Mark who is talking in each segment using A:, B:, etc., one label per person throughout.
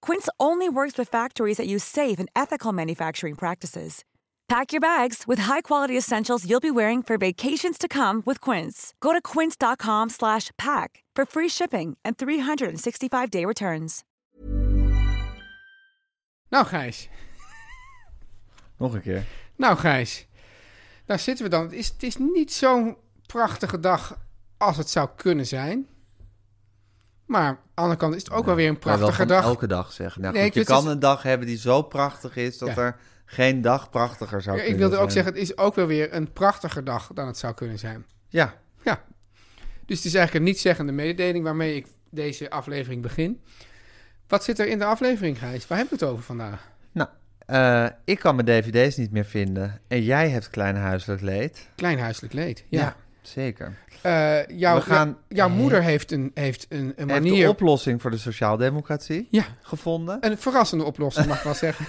A: Quince only works with factories that use safe and ethical manufacturing practices. Pack your bags with high-quality essentials you'll be wearing for vacations to come with Quince. Go to quince.com slash pack for free shipping and 365-day returns.
B: Nou, Gijs.
C: Nog een keer.
B: Nou, Gijs. Daar zitten we dan. Het is, het is niet zo'n prachtige dag als het zou kunnen zijn. Maar aan de andere kant is het ook wel weer een
C: Kan je wel
B: prachtige
C: van
B: dag.
C: elke dag zeggen. Nou,
B: Nee,
C: goed,
B: ik
C: je
B: wist
C: kan
B: dus-
C: een dag hebben die zo prachtig is dat
B: Ja.
C: er geen dag prachtiger zou
B: Ja,
C: kunnen
B: ik wilde ook
C: zijn.
B: zeggen, het is ook wel weer een prachtige dag dan het zou kunnen zijn.
C: Ja,
B: Ja. Dus het is eigenlijk een nietszeggende mededeling waarmee ik deze aflevering begin. Wat zit er in de aflevering, Gijs? Waar hebben we het over vandaag?
C: nou, eh, ik kan mijn dvd's niet meer vinden. En jij hebt klein huiselijk leed.
B: Klein huiselijk leed. Ja.
C: zeker.
B: Eh, jouw,
C: We gaan-
B: jouw moeder heeft een, heeft een, een
C: Heeft de
B: manier...
C: oplossing voor de sociaaldemocratie
B: Ja,
C: gevonden.
B: een verrassende oplossing, mag ik wel zeggen.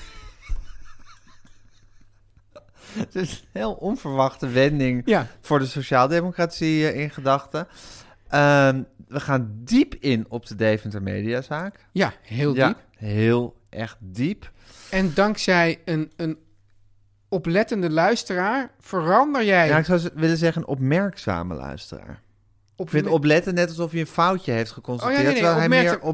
C: Het is een heel onverwachte wending
B: Ja.
C: voor de sociaaldemocratie eh, in gedachten. Ehm, we gaan diep in op de Deventer Mediazaak.
B: Ja, heel diep.
C: Ja, heel echt diep.
B: En dankzij een, een oplettende luisteraar verander jij.
C: Ja, Nou, ik zou z- willen zeggen een opmerkzame luisteraar.
B: op,
C: Ik vind opletten net alsof je een foutje heeft geconstateerd,
B: Oh, ja, nee, nee,
C: terwijl hij meer
B: opmerkzaam-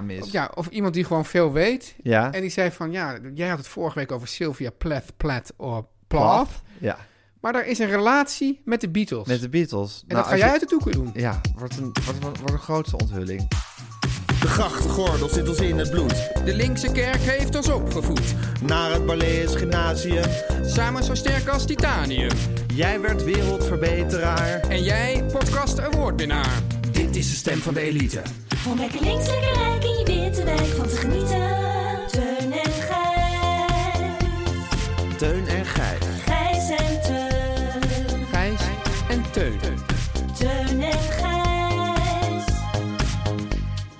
C: opmerkzaam is.
B: ja, of iemand die gewoon veel weet.
C: Ja.
B: En die zei van, ja, jij had het vorige week over Sylvia Plath, Plath of Plath.
C: Ja,
B: Maar er is een relatie met de Beatles.
C: met de Nou, Beatles.
B: en dat ga jij uit de doeken doen.
C: Ja, wordt een, wordt, wordt, wordt een grootste onthulling.
D: De grachtgordel zit ons in het bloed.
E: De linkse kerk heeft ons opgevoed,
D: Naar het Balees Gymnasium.
E: samen zo sterk als titanium.
D: Jij werd wereldverbeteraar.
E: En jij, podcast awardwinnaar. Dit is de stem van de elite.
F: Om lekker links, lekker rijk in je witte wijk van te genieten. Teun en Gijs.
D: Teun en Gijs.
F: Gijs en Teun.
E: Gijs en Teun.
F: Teun en Gijs.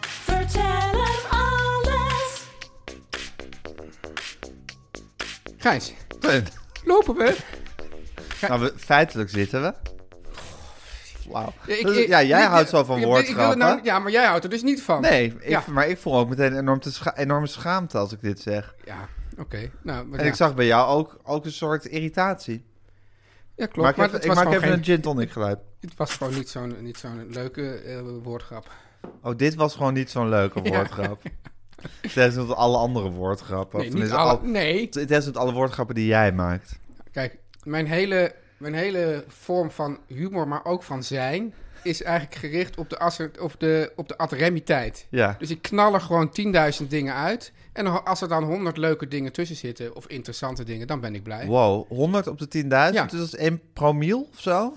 F: Vertel hem alles.
B: Gijs,
C: Punt.
B: lopen we?
C: Nou, we, feitelijk zitten we. Wauw.
B: Ik-
C: Dus-
B: ik-
C: ja, jij
B: ik-
C: houdt zo van
B: ik- ik wil het
C: woordgrappen.
B: nou- Ja, maar jij houdt er dus niet van.
C: Nee, ik,
B: Ja.
C: maar ik voel ook meteen enorm te scha- enorme schaamte als ik dit zeg.
B: Ja, oké. Nou, maar
C: En
B: ja.
C: ik zag bij jou ook, ook een soort irritatie.
B: ja, klopt.
C: maak
B: maar
C: even,
B: het
C: ik
B: was,
C: maak
B: gewoon
C: even
B: geen-
C: een gin tonic geluid.
B: het was gewoon niet zo'n niet zo'n leuke eh, woordgrap.
C: Oh, dit was gewoon niet zo'n leuke woordgrap. Tenzij alle andere woordgrappen.
B: Nee,
C: Of
B: niet
C: tenminste,
B: alle,
C: al-
B: nee,
C: Tenzij alle woordgrappen die jij maakt.
B: Kijk, mijn hele, mijn hele vorm van humor, maar ook van zijn, is eigenlijk gericht op de, asser- op de, op de ad remiteit.
C: Ja.
B: Dus ik knal er gewoon 10.000 dingen uit. En ho- als er dan 100 leuke dingen tussen zitten, of interessante dingen, dan ben ik blij.
C: Wow, 100 op de 10.000?
B: Ja.
C: Dus dat is 1 promiel of zo?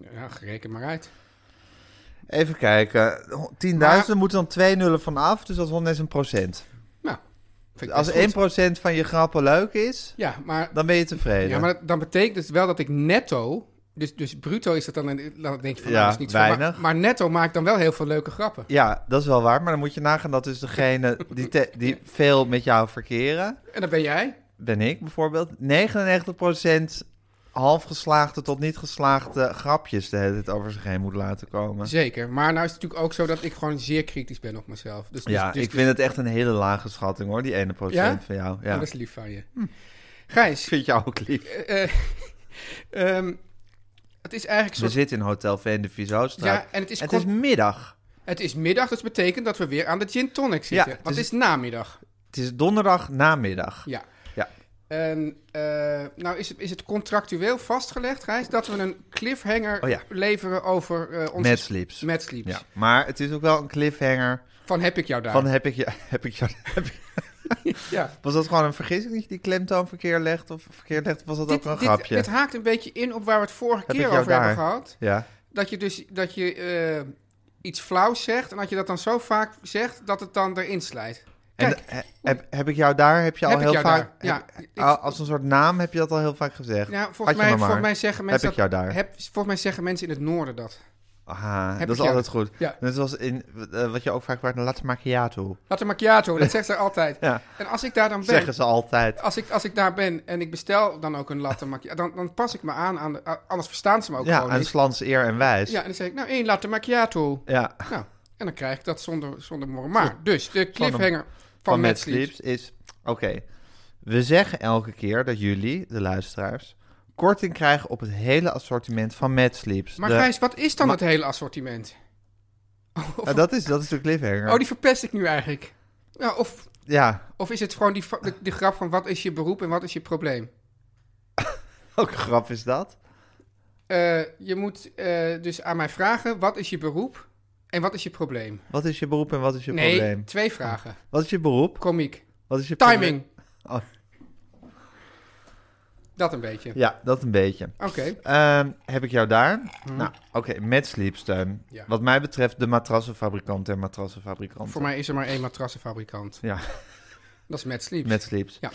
B: Ja, gereken maar uit.
C: Even kijken. Ho- 10.000
B: Maar-
C: moeten dan twee nullen van af, dus dat is 101 procent.
B: Nou, vind ik
C: Als
B: best goed.
C: 1 procent van je grappen leuk is,
B: Ja, maar,
C: dan ben je tevreden.
B: ja, maar dat- dan betekent het wel dat ik netto... Dus, dus bruto is dat dan, een- dan denk je van,
C: Ja,
B: nou, dat is niet zo, maar-
C: weinig.
B: Maar, netto maakt dan wel heel veel leuke grappen.
C: Ja, dat is wel waar, maar dan moet je nagaan dat dus degene die, te- die veel met jou verkeren,
B: En dat ben jij.
C: ben ik bijvoorbeeld, 99% half geslaagde tot niet geslaagde grapjes de hele tijd over zich heen moet laten komen.
B: Zeker. Maar nou is het natuurlijk ook zo dat ik gewoon zeer kritisch ben op mezelf. Dus, dus,
C: Ja,
B: dus-
C: ik vind het echt een hele lage schatting hoor, die ene procent
B: Ja?
C: van jou.
B: Oh,
C: Ja.
B: dat is lief van je. Gijs,
C: vind jou ook lief.
B: eh, ehm, het is eigenlijk
C: We
B: zo...
C: zitten in Hotel Veen de Vizostraat.
B: Ja, en het is
C: het
B: kon-
C: is middag.
B: Het is middag, dus betekent dat we weer aan de gin tonic
C: Ja,
B: zitten.
C: het
B: Want het
C: is-
B: is namiddag.
C: Het is donderdag namiddag.
B: Ja.
C: Ja.
B: En eh, nou is het, is het contractueel vastgelegd, Gijs, dat we een cliffhanger
C: Oh ja.
B: leveren over eh onze...
C: Mad Sleeps.
B: Mad Sleeps.
C: Ja, maar het is ook wel een cliffhanger.
B: Van heb ik jou daar.
C: Van heb ik je, heb ik je, heb ik-
B: ja.
C: Was dat gewoon een vergissing dat je die klemtoon verkeerd legt? Of verkeerd legt? Of Was dat ook een
B: dit,
C: grapje?
B: dit haakt een beetje in op waar we het vorige
C: Heb ik
B: keer
C: jou
B: over hebben
C: daar?
B: gehad.
C: ja.
B: Dat je dus dat je, eh, iets flauws zegt en dat je dat dan zo vaak zegt dat het dan erin slijt.
C: En
B: Kijk,
C: he- heb, heb ik jou daar? Heb je al
B: Heb ik
C: heel
B: jou
C: vaak.
B: daar? Ja,
C: heb-
B: ik-
C: al- als een soort naam heb je dat al heel vaak gezegd.
B: ja,
C: Had
B: volgens,
C: je
B: mij,
C: maar maar.
B: volgens mij zeggen mensen
C: Heb ik
B: dat-
C: jou daar?
B: heb- volgens mij zeggen mensen in het noorden dat.
C: Aha,
B: Heb
C: dat
B: ik
C: is
B: jou
C: altijd goed.
B: Ja.
C: Net zoals in eh, wat je ook vaak maakt, een latte macchiato.
B: Latte macchiato, dat zegt ze altijd.
C: Ja.
B: En als ik daar dan ben,
C: Zeggen ze altijd.
B: als, ik, als ik daar ben en ik bestel dan ook een latte macchiato, dan, dan pas ik me aan, aan de, a- anders verstaan ze me ook
C: ja,
B: gewoon
C: aan
B: niet.
C: slans eer en wijs.
B: Ja, en dan zeg ik, nou één latte macchiato.
C: Ja,
B: Nou, en dan krijg ik dat zonder, zonder morren. Maar, dus, de cliffhanger van,
C: van
B: Mad
C: Mad Sleeps is... Oké, we zeggen elke keer dat jullie, de luisteraars, korting krijgen op het hele assortiment van Mad Sleeps.
B: Maar
C: De-
B: Gijs, wat is dan
C: Ma-
B: het hele assortiment?
C: Ja, dat, is, dat is de cliffhanger.
B: Oh, die verpest ik nu eigenlijk. Ja, of,
C: Ja,
B: of is het gewoon die, fa- de, die grap van wat is je beroep en wat is je probleem?
C: welke grap is dat?
B: Eh, je moet eh, dus aan mij vragen, wat is je beroep en wat is je probleem?
C: Wat is je beroep en wat is je
B: nee,
C: probleem?
B: twee vragen.
C: Wat is je beroep?
B: Komiek.
C: Wat is je
B: Timing.
C: probleem? Oh,
B: Dat een beetje.
C: ja, dat een beetje.
B: Oké.
C: Ehm, heb ik jou daar? Nou, oké, met sleepsteun.
B: Mhm. Ja.
C: Wat mij betreft de matrassenfabrikant en matrassenfabrikant.
B: Voor mij is er maar één matrassenfabrikant.
C: Ja,
B: Dat is Mad Sleeps.
C: met sleeps.
B: Ja.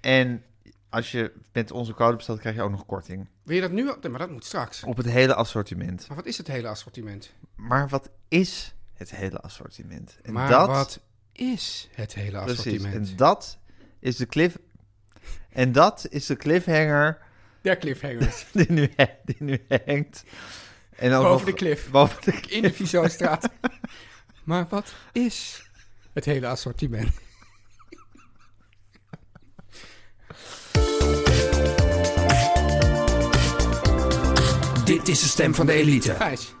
C: En als je met onze code bestelt, krijg je ook nog korting.
B: Wil je dat nu? al- Nee, maar dat moet straks.
C: Op het hele assortiment.
B: Maar wat is het hele assortiment?
C: Maar wat is het hele assortiment? En
B: maar
C: dat,
B: wat is het hele
C: precies,
B: assortiment?
C: en dat is de cliff... En dat is de cliffhanger
B: Der cliffhangers.
C: die nu, die nu hangt. En ook
B: Boven
C: nog-
B: de cliff.
C: Boven de cliff.
B: In de Vizostraat. maar wat is het hele assortiment?
E: Dit is de stem van de elite.
B: Gijs,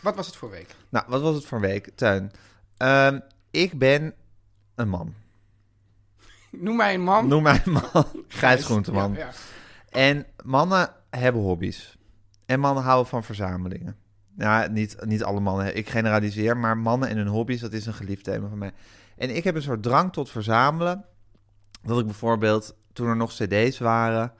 B: wat was het voor week?
C: Nou, wat was het voor een week, Tuin? Ehm, ik ben een man.
B: Noem mij een man.
C: Noem mij een man. Gijs Groenteman.
B: Ja, ja.
C: En mannen hebben hobby's. En mannen houden van verzamelingen. Nou, niet, niet alle mannen. Ik generaliseer, maar mannen en hun hobby's, dat is een geliefd thema van mij. En ik heb een soort drang tot verzamelen. Dat ik bijvoorbeeld, toen er nog cd's waren,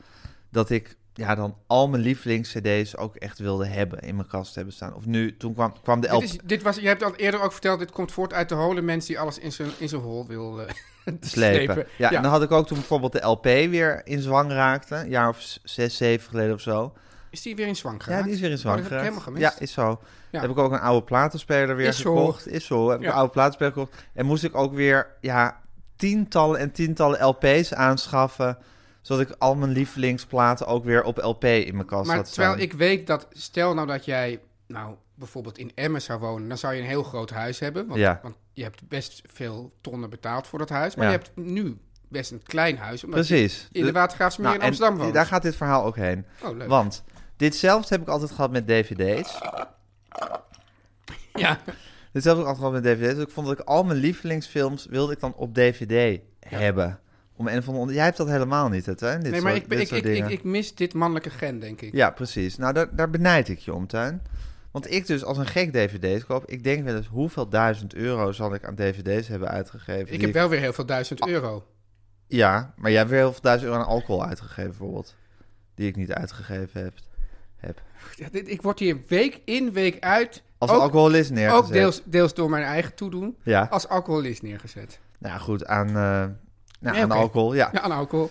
C: dat ik ja, dan al mijn lievelings-cd's ook echt wilde hebben, in mijn kast hebben staan. Of nu, toen kwam, kwam de LP...
B: Dit is, dit was, je hebt al eerder ook verteld, dit komt voort uit de hole mens die alles in zijn, in zijn hol wil eh,
C: slepen.
B: slepen.
C: Ja, en dan had ik ook toen bijvoorbeeld de LP weer in zwang raakte. Een jaar of z- zes, zeven geleden of zo.
B: Is die weer in zwang
C: Ja,
B: geraakt?
C: die is weer in zwang
B: Oh, dat heb ik
C: geraakt.
B: helemaal gemist.
C: Ja, is zo.
B: Ja.
C: Heb ik ook een oude platenspeler weer
B: Is zo.
C: gekocht. Is zo. Heb ik
B: Ja.
C: een oude platenspeler gekocht. En moest ik ook weer ja, tientallen en tientallen LP's aanschaffen. Zodat ik al mijn lievelingsplaten ook weer op LP in mijn kast
B: maar
C: had
B: terwijl
C: staan.
B: ik weet dat, stel nou dat jij nou, bijvoorbeeld in Emmen zou wonen, dan zou je een heel groot huis hebben. Want,
C: Ja.
B: want je hebt best veel tonnen betaald voor dat huis. Maar
C: Ja.
B: je hebt nu best een klein huis, omdat
C: Precies.
B: je in de
C: Dus-
B: Watergraafsmeer
C: Nou,
B: in Amsterdam
C: en
B: woont.
C: Daar gaat dit verhaal ook heen.
B: Oh, leuk.
C: Want ditzelfde heb ik altijd gehad met dvd's.
B: Ja.
C: Hetzelfde ook altijd gehad met DVD's. Dus ik vond dat ik al mijn lievelingsfilms wilde ik dan op DVD hebben. Om een van de onder... Jij hebt dat helemaal niet, hè? Tuin? Dit
B: Nee, maar
C: soort,
B: ik, ben-
C: dit
B: ik,
C: soort
B: ik, ik,
C: dingen.
B: ik mis dit mannelijke gen, denk ik.
C: Ja, precies. Nou, daar, daar benijd ik je om, Tuin. Want ik dus als een gek DVD's koop, ik denk wel eens hoeveel duizend euro zal ik aan DVD's hebben uitgegeven.
B: ik
C: die Ah.
B: heb wel weer heel veel duizend euro.
C: Ja, maar jij hebt weer heel veel duizend euro aan alcohol uitgegeven, bijvoorbeeld. Die ik niet uitgegeven heb. heb.
B: Ja, dit- Ik word hier week in, week uit,
C: Als
B: ook,
C: alcoholist neergezet.
B: ook deels, deels door mijn eigen toedoen,
C: Ja.
B: als alcoholist neergezet.
C: Nou ja, goed, aan, eh, nou,
B: Nee,
C: aan
B: oké.
C: alcohol. Ja.
B: Ja, aan alcohol.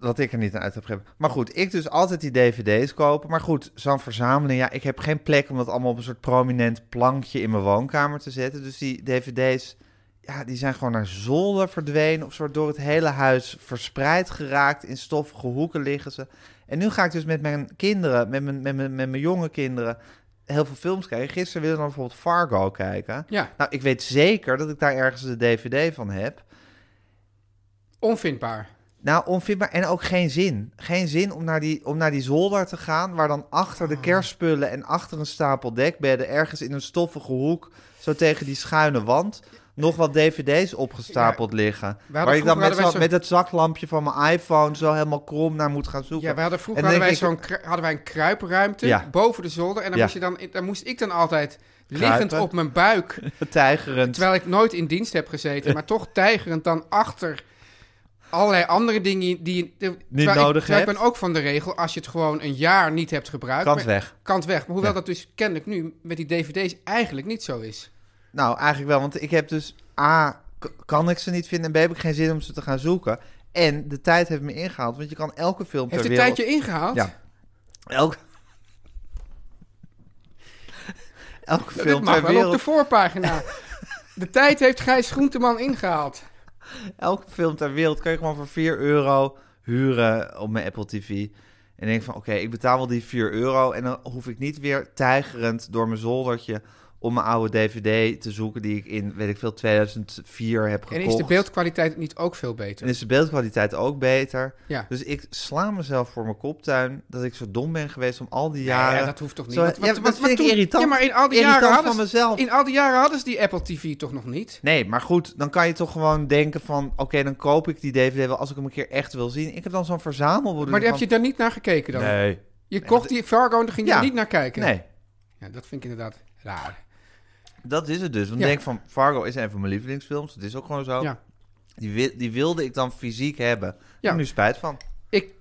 C: dat ik er niet aan uit heb gegeven. Maar goed, ik dus altijd die dvd's kopen. Maar goed, zo'n verzameling, ja, ik heb geen plek om dat allemaal op een soort prominent plankje in mijn woonkamer te zetten. Dus die dvd's, ja, die zijn gewoon naar zolder verdwenen of soort door het hele huis verspreid geraakt. In stoffige hoeken liggen ze. En nu ga ik dus met mijn kinderen, met mijn, met mijn, met mijn jonge kinderen, heel veel films kijken. Gisteren wilden we dan bijvoorbeeld Fargo kijken.
B: Ja,
C: Nou, ik weet zeker dat ik daar ergens de dvd van heb.
B: onvindbaar.
C: Nou, onvindbaar. En ook geen zin. Geen zin om naar, die, om naar die zolder te gaan... waar dan achter
B: Ah.
C: de kerstspullen en achter een stapel dekbedden... ergens in een stoffige hoek... zo tegen die schuine wand... nog wat dvd's opgestapeld liggen. Waar ik
B: vroeger
C: dan met,
B: hadden wij
C: zo-
B: zo'n-
C: met het zaklampje van mijn iPhone zo helemaal krom naar moet gaan zoeken.
B: Ja, we hadden vroeger
C: En dan
B: hadden wij,
C: denk
B: zo'n, kru- hadden wij een kruipruimte
C: Ja.
B: boven de zolder. En dan,
C: Ja.
B: moest je dan, dan moest ik dan altijd liggend
C: Kruipen.
B: op mijn buik,
C: ik, Tijgerend.
B: terwijl ik nooit in dienst heb gezeten, maar toch tijgerend dan achter allerlei andere dingen die je terwijl ik-
C: nodig
B: terwijl Ik
C: hebt.
B: ben ook van de regel, als je het gewoon een jaar niet hebt gebruikt...
C: Kant
B: maar-
C: weg.
B: Kant weg. Maar hoewel
C: Ja.
B: dat dus kennelijk nu met die dvd's eigenlijk niet zo is.
C: Nou, eigenlijk wel, want ik heb dus A, k- kan ik ze niet vinden en B, heb ik geen zin om ze te gaan zoeken. En de tijd heeft me ingehaald, want je kan elke film
B: Heeft
C: ter
B: het
C: wereld...
B: tijdje ingehaald?
C: Ja. Elke... elke
B: Dat
C: film
B: mag
C: ter
B: wel op de
C: wereld...
B: voorpagina. de tijd heeft Gijs Groenteman ingehaald.
C: Elke film ter wereld kan je gewoon voor 4 euro huren op mijn Apple TV. En denk van, oké, ik betaal wel die 4 euro en dan hoef ik niet weer tijgerend door mijn zoldertje... Om mijn oude DVD te zoeken die ik in, weet ik veel, 2004 heb
B: En
C: gekocht.
B: is de beeldkwaliteit niet ook veel beter?
C: En is de beeldkwaliteit ook beter.
B: Ja.
C: Dus ik sla mezelf voor mijn koptuin dat ik zo dom ben geweest om al die
B: Ja,
C: jaren...
B: ja, dat hoeft toch niet?
C: Zo-
B: Want-
C: ja,
B: want-
C: dat
B: want-
C: vind
B: want
C: ik
B: toen-
C: irritant.
B: Ja, maar in al die
C: Irritant
B: jaren hadden
C: van
B: ze-
C: mezelf.
B: In al die jaren hadden ze die Apple TV toch nog niet?
C: Nee, maar goed, dan kan je toch gewoon denken van... Oké, dan koop ik die DVD wel als ik hem een keer echt wil zien. Ik heb dan zo'n verzamelboek.
B: Maar die heb je daar niet naar gekeken dan?
C: Mm, Nee.
B: Je kocht die Fargo en daar ging je
C: Ja.
B: niet naar kijken?
C: Nee,
B: Ja, dat vind ik inderdaad raar.
C: dat is het dus. Want
B: Ja.
C: ik denk van, Fargo is een van mijn lievelingsfilms. Dat is ook gewoon zo.
B: Ja.
C: Die, wi- die wilde ik dan fysiek hebben. Ja. Ik
B: Ja.
C: heb nu spijt van.
B: Ik,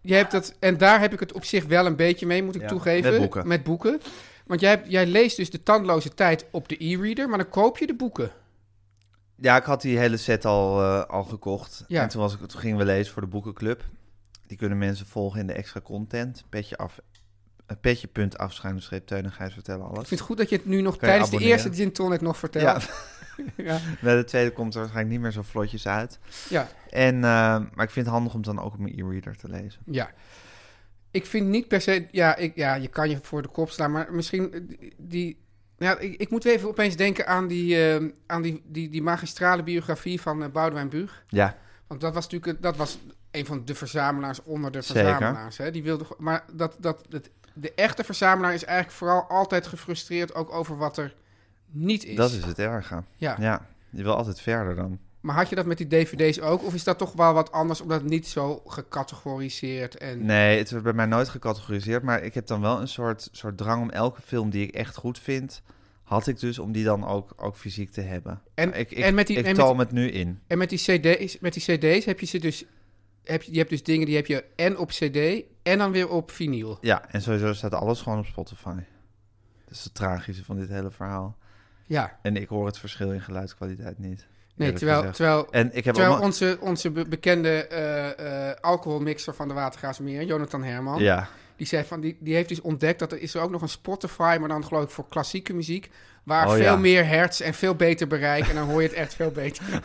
B: je hebt dat, en daar heb ik het op zich wel een beetje mee, moet ik
C: Ja,
B: toegeven.
C: met boeken.
B: boeken. Want jij, hebt- jij leest dus de tandloze tijd op de e-reader, maar dan koop je de boeken.
C: Ja, ik had die hele set al, eh, al gekocht.
B: Ja.
C: En toen, was ik, toen gingen we lezen voor de boekenclub. Die kunnen mensen volgen in de extra content. Petje af. eh, Petje punt afschuinenstreep Teun en Gijs vertellen
B: Ik
C: alles.
B: vind het goed dat je het nu nog
C: Kan je
B: tijdens de
C: abonneren?
B: eerste gin tonic nog vertelt.
C: Ja,
B: ja.
C: bij de tweede komt er waarschijnlijk niet meer zo vlotjes uit.
B: ja.
C: En, eh, maar ik vind het handig om het dan ook op mijn e-reader te lezen.
B: Ja. Ik vind niet per se... Ja, ik, ja, je kan je voor de kop slaan, maar misschien eh, die- die... Nou, ik, ik moet even opeens denken aan die, eh, aan die, die, die magistrale biografie van eh, Boudewijn Buug.
C: Ja,
B: Want dat was natuurlijk eh, dat was een van de verzamelaars onder de
C: Zeker.
B: verzamelaars. Hè? Die wilde, go- maar dat, dat, dat, de echte verzamelaar is eigenlijk vooral altijd gefrustreerd... ook over wat er niet is.
C: dat is het erge.
B: Ja.
C: ja, je wil altijd verder dan.
B: Maar had je dat met die dvd's ook? Of is dat toch wel wat anders omdat het niet zo gecategoriseerd en...
C: Nee, het wordt bij mij nooit gecategoriseerd. Maar ik heb dan wel een soort, soort drang om elke film die ik echt goed vind... had ik dus om die dan ook, ook fysiek te hebben.
B: En-
C: ik, ik,
B: en met die-
C: ik
B: en met-
C: tal met nu in.
B: En met die cd's, met die cd's heb je ze dus... Heb je, je hebt dus dingen die heb je en op cd en dan weer op vinyl.
C: Ja, en sowieso staat alles gewoon op Spotify. Dat is het tragische van dit hele verhaal.
B: Ja,
C: En ik hoor het verschil in geluidskwaliteit niet.
B: nee,
C: eerlijk
B: terwijl,
C: gezegd.
B: terwijl,
C: En ik heb
B: terwijl
C: allemaal-
B: onze, onze be- bekende eh, eh, alcoholmixer van de Watergraafsmeer, Jonathan Herman...
C: Ja,
B: Die, zei van, die, die heeft dus ontdekt dat er is er ook nog een Spotify... maar dan geloof ik voor klassieke muziek... waar
C: Oh,
B: veel
C: ja.
B: meer hertz en veel beter bereik... en dan hoor je het echt veel beter.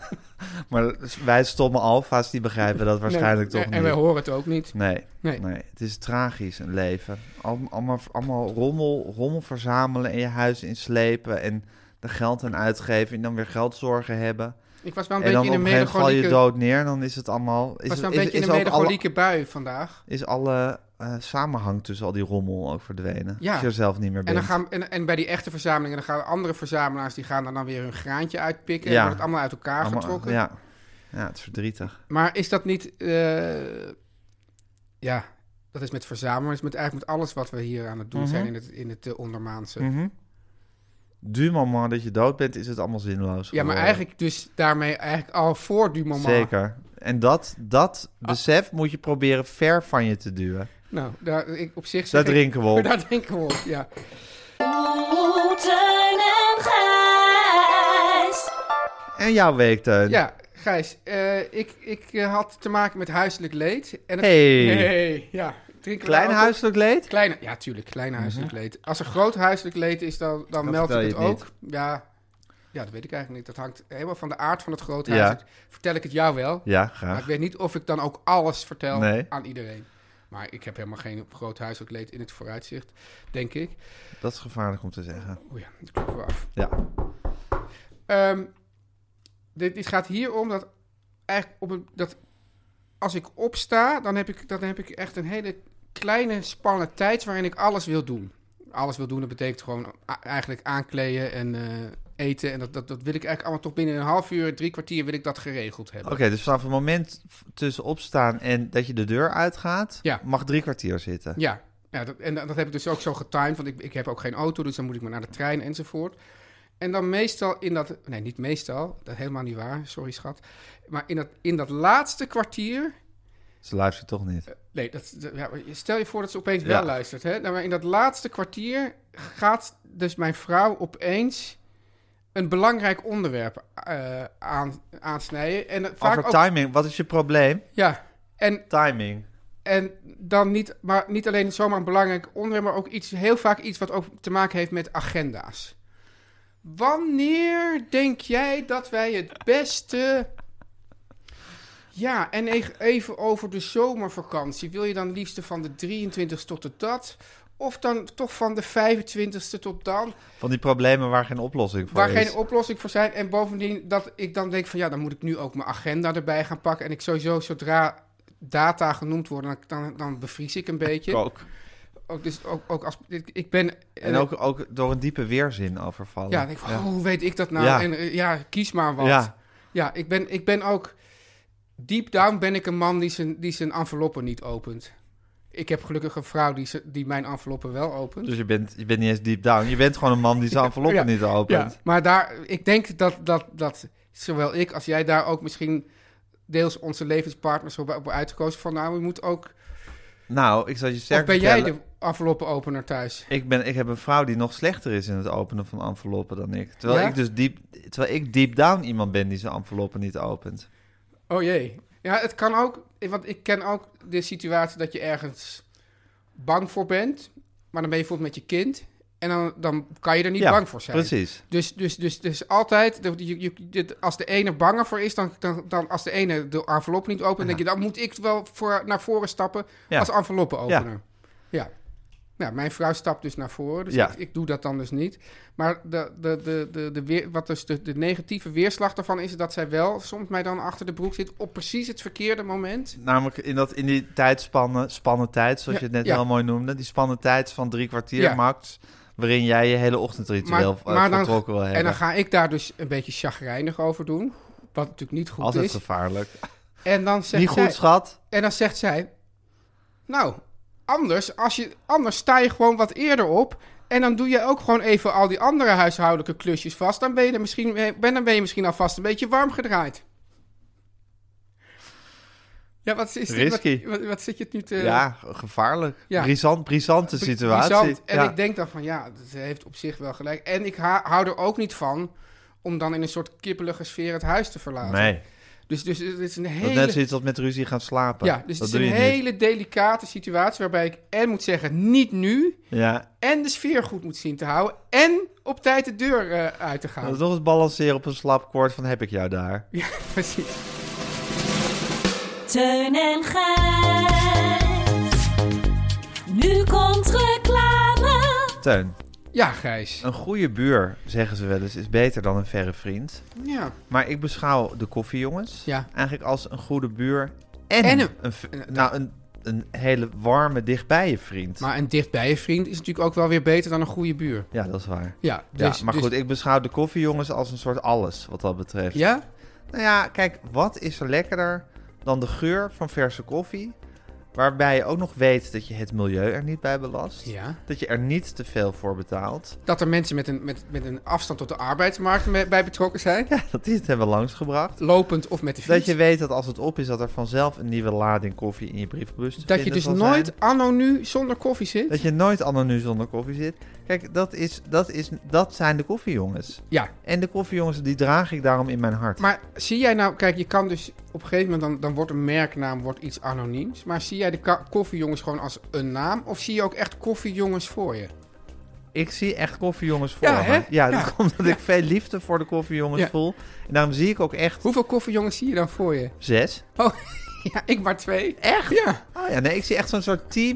C: maar wij stomme alfa's die begrijpen dat waarschijnlijk
B: Nee,
C: toch
B: En
C: niet.
B: wij horen het ook niet.
C: Nee, nee.
B: Nee.
C: het is tragisch een leven. Al- Allemaal, allemaal rommel, rommel verzamelen en je huis inslepen en er geld aan uitgeven en dan weer geldzorgen hebben.
B: Ik was wel een
C: en dan op
B: beetje
C: een
B: in een
C: gegeven moment val je
B: melancholieke...
C: dood neer en dan is het allemaal... Is,
B: was
C: het-
B: wel een
C: is,
B: beetje
C: is
B: in een
C: ook alle,
B: melancholieke bui vandaag.
C: is alle eh, samenhang tussen al die rommel ook verdwenen.
B: Ja.
C: Als je er zelf niet meer
B: En,
C: bent.
B: dan gaan, en, en bij die echte verzamelingen, dan gaan andere verzamelaars die gaan er dan weer hun graantje uitpikken.
C: Ja.
B: En wordt het allemaal uit elkaar
C: Allemaal-
B: getrokken.
C: Ja. ja, het is verdrietig.
B: Maar is dat niet. eh, ja, dat is met verzamelen. is met eigenlijk met alles wat we hier aan het
C: Mhm.
B: doen zijn in het, in het eh, ondermaanse.
C: Du moment dat je dood bent, is het allemaal zinloos.
B: Ja, maar
C: geworden.
B: eigenlijk dus daarmee eigenlijk al voor du moment.
C: Zeker. En dat, dat
B: Ah.
C: besef moet je proberen ver van je te duwen.
B: Nou, daar, ik, op zich.
C: Daar
B: zeg ik-
C: drinken we op.
B: Daar drinken we op, ja.
F: Oeh, Oh, Teun en Gijs.
C: En jouw week, Teun.
B: Ja, Gijs, eh, ik, ik eh, had te maken met huiselijk leed. En het-
C: Hey.
B: Hey, ja. Drinken we
C: Klein
B: daar ook op?
C: huiselijk leed?
B: Kleine, ja, tuurlijk, klein
C: Mhm.
B: huiselijk leed. Als er groot huiselijk leed is, dan, dan meld ik
C: vertel
B: het
C: je het
B: ook. Ja, ja, dat weet ik eigenlijk niet. Dat hangt helemaal van de aard van het groot
C: Ja.
B: huiselijk. Vertel ik het jou wel.
C: Ja,
B: Maar ik
C: graag.
B: weet niet of ik dan ook alles vertel
C: Nee.
B: aan iedereen. Maar ik heb helemaal geen groot huiselijk leed in het vooruitzicht, denk ik.
C: Dat is gevaarlijk om te zeggen.
B: Oeh Oh ja, dat klopt wel af.
C: Ja.
B: Ehm, dit, dit gaat hier om dat, eigenlijk op een, dat als ik opsta, dan heb ik, dan heb ik echt een hele kleine spannende tijd waarin ik alles wil doen. Alles wil doen, dat betekent gewoon a- eigenlijk aankleden en, eh, eten. En dat, dat, dat wil ik eigenlijk allemaal toch binnen een half uur, drie kwartier wil ik dat geregeld hebben.
C: Oké, dus vanaf het moment f- tussen opstaan en dat je de deur uitgaat,
B: Ja.
C: mag drie kwartier zitten.
B: Ja, ja dat, en dat dat heb ik dus ook zo getimed, want ik, ik heb ook geen auto, dus dan moet ik maar naar de trein enzovoort. En dan meestal in dat, nee niet meestal, dat is helemaal niet waar, sorry schat. Maar in dat, in dat laatste kwartier,
C: Ze luistert toch niet.
B: nee, dat, dat- ja, maar stel je voor dat ze opeens
C: Ja.
B: wel luistert. Hè? Nou, maar in dat laatste kwartier gaat dus mijn vrouw opeens een belangrijk onderwerp eh, aan, aansnijden. En vaak
C: Over
B: ook,
C: timing, wat is je probleem?
B: ja, en
C: Timing.
B: En dan niet, maar niet alleen zomaar een belangrijk onderwerp, maar ook iets, heel vaak iets wat ook te maken heeft met agenda's. Wanneer denk jij dat wij het beste. Ja, en e- even over de zomervakantie. Wil je dan liefst van de 23 tot de dat? Of dan toch van de 25ste tot dan?
C: Van die problemen waar geen oplossing voor
B: Waar
C: is.
B: geen oplossing voor zijn. En bovendien dat ik dan denk van ja, dan moet ik nu ook mijn agenda erbij gaan pakken. En ik sowieso zodra data genoemd worden, dan, dan, dan bevries ik een beetje.
C: Ook.
B: Ook, dus ook, ook als ik, ik ben. eh,
C: En ook, ook door een diepe weerzin overvallen.
B: ja, dan denk ik van, oh, hoe weet ik dat nou?
C: Ja.
B: En eh, ja, kies maar wat.
C: Ja.
B: Ja, ik, ben, ik ben ook. Deep down ben ik een man die zijn, die zijn enveloppen niet opent. Ik heb gelukkig een vrouw die, ze- die mijn enveloppen wel opent.
C: Dus je bent, je bent niet eens deep down. Je bent gewoon een man die zijn enveloppen
B: Ja.
C: niet
B: Ja,
C: opent.
B: maar daar, ik denk dat, dat, dat zowel ik als jij daar ook misschien deels onze levenspartners hebben hebben uitgekozen van nou, we moeten ook...
C: Nou, ik zal je
B: Of
C: sterk
B: ben jij
C: vertellen,
B: de enveloppenopener thuis?
C: Ik, ben, ik heb een vrouw die nog slechter is in het openen van enveloppen dan ik. Terwijl,
B: Ja?
C: ik, dus diep, terwijl ik deep down iemand ben die zijn enveloppen niet opent.
B: Oh jee. Ja, het kan ook, want ik ken ook de situatie dat je ergens bang voor bent, maar dan ben je bijvoorbeeld met je kind en dan, dan kan je er niet
C: Ja,
B: bang voor zijn.
C: Precies.
B: Dus, dus, dus, dus altijd, dat je, je, dit- als de ene banger voor is, dan, dan, dan als de ene de envelop niet opent, denk je, dan moet ik wel voor, naar voren stappen
C: Ja.
B: als enveloppenopener. Ja. ja. Nou, mijn vrouw stapt dus naar voren, dus
C: Ja.
B: ik, ik doe dat dan dus niet. Maar de, de, de, de, de weer, wat dus de, de negatieve weerslag daarvan is, dat zij wel soms mij dan achter de broek zit op precies het verkeerde moment.
C: Namelijk in, dat, in die tijdspannen, spannende tijd, zoals
B: Ja,
C: je het net
B: ja.
C: heel mooi noemde. Die spannende tijd van drie kwartier
B: Ja.
C: max, waarin jij je hele ochtendritueel eh, voltrokken wil
B: en
C: hebben.
B: dan ga ik daar dus een beetje chagrijnig over doen, wat natuurlijk niet goed
C: Altijd
B: is.
C: gevaarlijk.
B: En dan zegt
C: Niet goed,
B: zij,
C: schat.
B: En dan zegt zij: Nou, anders, als je, anders sta je gewoon wat eerder op. En dan doe je ook gewoon even al die andere huishoudelijke klusjes vast. Dan ben je, er misschien, eh, ben, dan ben je misschien alvast een beetje warm gedraaid. Ja, wat is dit?
C: Risky.
B: Wat, wat, wat zit je het nu te...
C: ja, gevaarlijk.
B: Eh, ja.
C: Brisant, brisante situatie.
B: Brisant. En
C: Ja.
B: ik denk dan van, ja, ze heeft op zich wel gelijk. En ik ha- hou er ook niet van om dan in een soort kippelige sfeer het huis te verlaten.
C: Nee,
B: Dus, dus het is een
C: dat
B: hele...
C: is net zoiets als met ruzie gaan slapen.
B: Ja, dus
C: dat
B: het
C: doe
B: is
C: je
B: een
C: niet.
B: hele delicate situatie waarbij ik en moet zeggen niet nu
C: Ja,
B: en de sfeer goed moet zien te houden en op tijd de deur eh, uit te
C: dat
B: gaan.
C: is nog eens balanceren op een slap koord van heb ik jou daar.
B: Ja, precies.
F: Teun en Gijs. Nu komt reclame.
C: Teun,
B: Ja, Gijs.
C: een goede buur, zeggen ze wel eens, is beter dan een verre vriend.
B: Ja.
C: Maar ik beschouw de koffiejongens
B: Ja.
C: eigenlijk als een goede buur en,
B: En
C: een,
B: een-
C: v- nou, een, een hele warme, dichtbij je vriend.
B: Maar een dichtbij je vriend is natuurlijk ook wel weer beter dan een goede buur.
C: Ja, dat is waar.
B: Ja, dus,
C: ja, maar
B: dus-
C: goed, ik beschouw de koffiejongens als een soort alles wat dat betreft.
B: Ja?
C: Nou ja, kijk, wat is er lekkerder dan de geur van verse koffie? Waarbij je ook nog weet dat je het milieu er niet bij belast.
B: Ja.
C: Dat je er niet te veel voor betaalt.
B: Dat er mensen met een, met, met een afstand tot de arbeidsmarkt me- bij betrokken zijn.
C: Ja, dat is het hebben langsgebracht.
B: Lopend of met de fiets.
C: Dat je weet dat als het op is, dat er vanzelf een nieuwe lading koffie in je briefbus te
B: Dat je
C: vinden
B: dus
C: zal
B: nooit
C: zijn.
B: anno nu zonder koffie zit.
C: Dat je nooit anno nu zonder koffie zit. Kijk, dat, is, dat, is, dat zijn de koffiejongens.
B: Ja,
C: En de koffiejongens, die draag ik daarom in mijn hart.
B: Maar zie jij nou, kijk, je kan dus op een gegeven moment, dan, dan wordt een merknaam wordt iets anoniems. Maar zie jij de ka- koffiejongens gewoon als een naam? Of zie je ook echt koffiejongens voor je?
C: Ik zie echt koffiejongens voor
B: Ja,
C: me.
B: hè?
C: Ja,
B: Ja.
C: dat komt omdat ik veel liefde voor de koffiejongens
B: Ja.
C: voel. En daarom zie ik ook echt
B: Hoeveel koffiejongens zie je dan voor je?
C: zes.
B: Oh, ja, ik maar twee. Echt? Ja.
C: Oh ja, nee, ik zie echt zo'n soort team.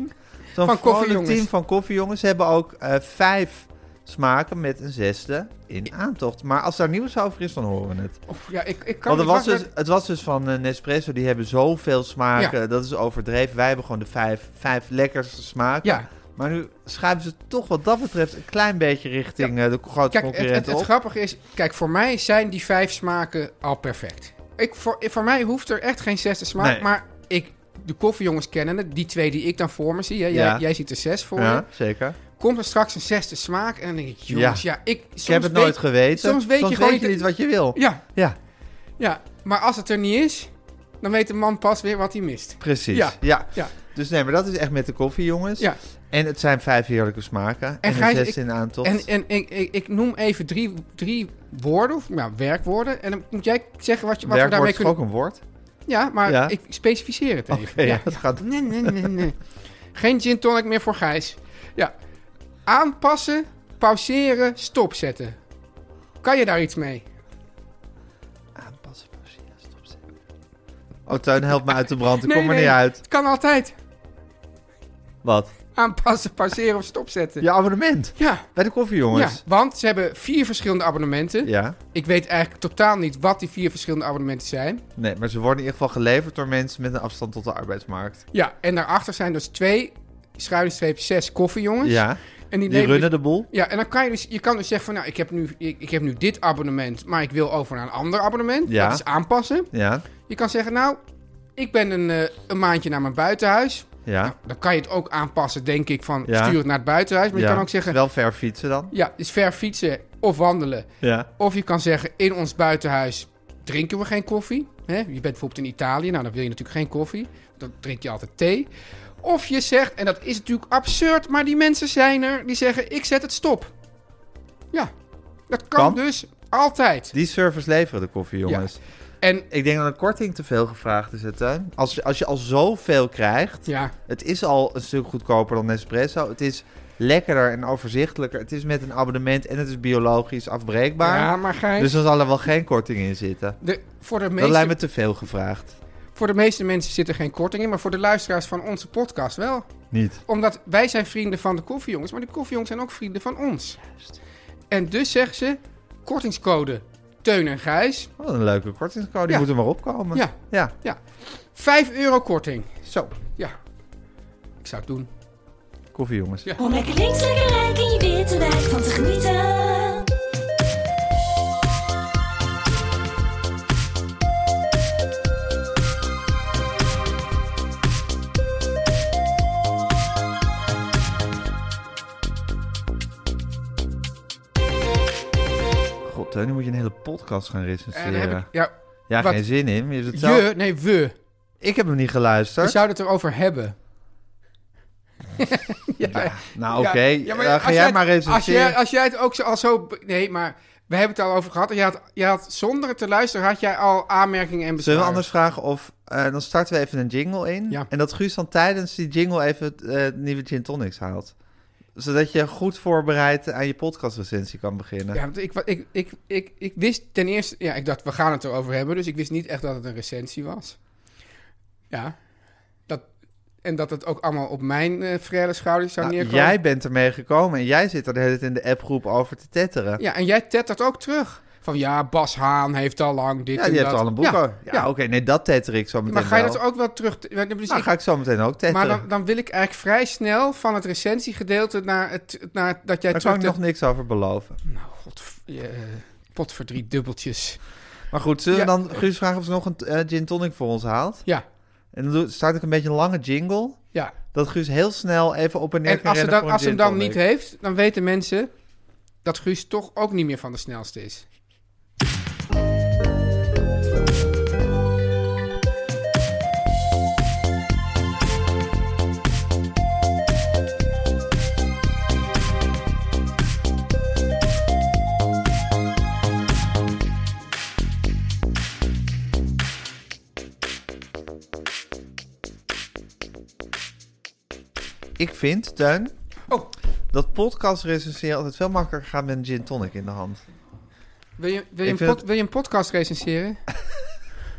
C: Zo'n
B: Van
C: vrolijk
B: koffiejongens.
C: team van koffiejongens. Ze hebben ook eh, vijf smaken met een zesde in aantocht. Maar als daar nieuws over is, dan horen we het.
B: Of, ja, ik, ik kan
C: Want het
B: niet
C: was, dus,
B: wakker-
C: het was dus van eh, Nespresso, die hebben zoveel eh, smaken.
B: Ja.
C: Dat is overdreven. Wij hebben gewoon de vijf, vijf lekkerste smaken.
B: Ja,
C: Maar nu schuiven ze toch wat dat betreft een klein beetje richting eh, de grote
B: Kijk, het, het,
C: concurrent
B: het
C: op.
B: grappige is, kijk, voor mij zijn die vijf smaken al perfect. Ik, voor, voor mij hoeft er echt geen zesde smaak,
C: Nee.
B: maar ik, de koffiejongens kennen het. Die twee die ik dan voor me zie, hè, jij,
C: Ja.
B: jij ziet er zes voor
C: ja,
B: je.
C: zeker.
B: Komt er straks een zesde smaak en dan denk ik, jongens, ja, ik... Soms
C: ik heb het nooit
B: weet-
C: geweten.
B: soms weet je gewoon niet-
C: niet wat je wil.
B: Ja,
C: Ja,
B: ja, maar als het er niet is, dan weet de man pas weer wat hij mist.
C: precies.
B: Ja.
C: Ja.
B: Ja,
C: Dus nee, maar dat is echt met de koffie, jongens.
B: ja.
C: En het zijn vijf heerlijke smaken. En, een
B: Gijs,
C: zes
B: ik-
C: in aantocht.
B: En, en ik, ik, ik noem even drie, drie woorden, of nou, werkwoorden. En dan moet jij zeggen wat, je, wat we
C: Werkwoord
B: daarmee
C: is toch
B: kunnen...
C: ook een woord.
B: Ja, maar
C: Ja.
B: ik specificeer het even.
C: Oké, ja, het gaat-
B: Nee, nee, nee, nee. Geen gin tonic meer voor Gijs. Ja. Aanpassen, pauzeren, stopzetten. Kan je daar iets mee?
C: Aanpassen, pauzeren, stopzetten. Oh, Teun, help me uit de brand. Ik
B: Nee,
C: kom er
B: nee,
C: niet uit.
B: Het kan altijd.
C: Wat?
B: Aanpassen, pauzeren of stopzetten.
C: Je abonnement.
B: Ja.
C: Bij de koffie,
B: Ja,
C: jongens.
B: want ze hebben vier verschillende abonnementen.
C: Ja.
B: Ik weet eigenlijk totaal niet wat die vier verschillende abonnementen zijn.
C: Nee, maar ze worden in ieder geval geleverd door mensen met een afstand tot de arbeidsmarkt.
B: Ja, en daarachter zijn dus twee, schuine streep, zes koffiejongens.
C: Ja.
B: en die,
C: Die
B: leveren
C: runnen de boel.
B: Ja, en dan kan je dus, je kan dus zeggen van, nou, ik heb nu, ik, ik heb nu dit abonnement, maar ik wil over naar een ander abonnement.
C: Ja.
B: Dat is aanpassen.
C: Ja.
B: Je kan zeggen, nou, ik ben een, eh, een maandje naar mijn buitenhuis. Nou,
C: Ja.
B: dan kan je het ook aanpassen, denk ik, van
C: Ja.
B: stuur het naar het buitenhuis. Maar
C: ja.
B: je kan ook zeggen,
C: Wel ver fietsen dan.
B: ja, is ver fietsen of wandelen.
C: Ja.
B: Of je kan zeggen, in ons buitenhuis drinken we geen koffie. Hè? Je bent bijvoorbeeld in Italië, nou dan wil je natuurlijk geen koffie. Dan drink je altijd thee. Of je zegt, en dat is natuurlijk absurd, maar die mensen zijn er die zeggen, ik zet het stop. Ja, dat kan,
C: Kan.
B: dus altijd.
C: Die service leveren de koffie, jongens.
B: En
C: Ik denk dat een korting te veel gevraagd is, hè, Teun. Als, je- als je al zoveel krijgt.
B: ja,
C: Het is al een stuk goedkoper dan Nespresso. Het is lekkerder en overzichtelijker. Het is met een abonnement en het is biologisch afbreekbaar.
B: ja maar Gijs,
C: Dus er zal er wel geen korting in zitten.
B: de, voor, de
C: Dat
B: meeste,
C: lijkt me te veel gevraagd.
B: voor de meeste mensen zit er geen korting in, maar voor de luisteraars van onze podcast wel.
C: Niet.
B: Omdat wij zijn vrienden van de koffiejongens, maar de koffiejongens zijn ook vrienden van ons. En dus zeggen ze, kortingscode Teun en Gijs,
C: Wat een leuke kortingscode. Die
B: Ja.
C: moet er maar opkomen.
B: Ja.
C: ja.
B: 5 euro korting.
C: Zo.
B: Ja, ik zou het doen.
C: Koffie, jongens.
B: Ja.
F: Om lekker links, lekker rijk in je witte wijk van te genieten.
C: God, Teun, nu moet je een hele podcast gaan
B: En dan heb
C: recenseren.
B: ik, ja,
C: Ja,
B: wat-
C: geen zin in. Je hebt het zelf-
B: je, nee, we.
C: Ik heb hem niet
B: We
C: geluisterd.
B: zouden het erover hebben. ja,
C: Nou,
B: ja.
C: oké.
B: Ja, maar
C: Eh,
B: als
C: ga jij maar
B: het- Als
C: recenseren.
B: jij, als jij het ook zo, al zo... be- Nee, maar we hebben het al over gehad. En jij had, jij had, zonder het te luisteren had jij al aanmerkingen en
C: Zullen
B: bezwaren.
C: we anders vragen of... eh, dan starten we even een jingle in.
B: Ja.
C: En dat Guus dan tijdens die jingle even eh, nieuwe gin tonics haalt. Zodat je goed voorbereid aan je podcastrecensie kan beginnen.
B: Ja, want ik, wa- ik, ik, ik, ik wist ten eerste... Ja, ik dacht, we gaan het erover hebben. Dus ik wist niet echt dat het een recensie was. Ja. Dat, en dat het ook allemaal op mijn eh frele schouders zou
C: Nou,
B: neerkomen.
C: jij bent ermee gekomen en jij zit er de hele tijd in de appgroep over te tetteren.
B: Ja, en jij tettert ook terug. Van ja, Bas Haan heeft al lang dit
C: Ja,
B: en
C: die
B: dat.
C: hebt al een boek.
B: Ja,
C: over. Ja, oké. nee, dat tetter ik zo meteen
B: Maar ga je
C: wel.
B: dat ook wel terug... Dus
C: Nou,
B: ik-
C: ga ik zo meteen ook tetteren.
B: maar dan, dan wil ik eigenlijk vrij snel van het recensiegedeelte naar het... Naar het- dat jij
C: Daar kan
B: terug...
C: ik nog niks over beloven.
B: God, pot voor drie dubbeltjes.
C: Maar goed, zullen we
B: Ja.
C: dan Guus vragen of ze nog een eh, gin tonic voor ons haalt?
B: Ja,
C: En dan doe- start ik een beetje een lange jingle.
B: ja.
C: Dat Guus heel snel even op en neer
B: En
C: kan
B: als ze
C: rennen
B: dan,
C: voor
B: als
C: een
B: ze hem
C: gin
B: dan niet
C: tonic.
B: heeft, dan weten mensen dat Guus toch ook niet meer van de snelste is.
C: Ik vind, Teun,
B: Oh,
C: dat podcast recenseren altijd veel makkelijker gaat met een gin tonic in de hand.
B: wil je, wil je, een,
C: vind
B: pod-
C: het-
B: wil je een podcast recenseren?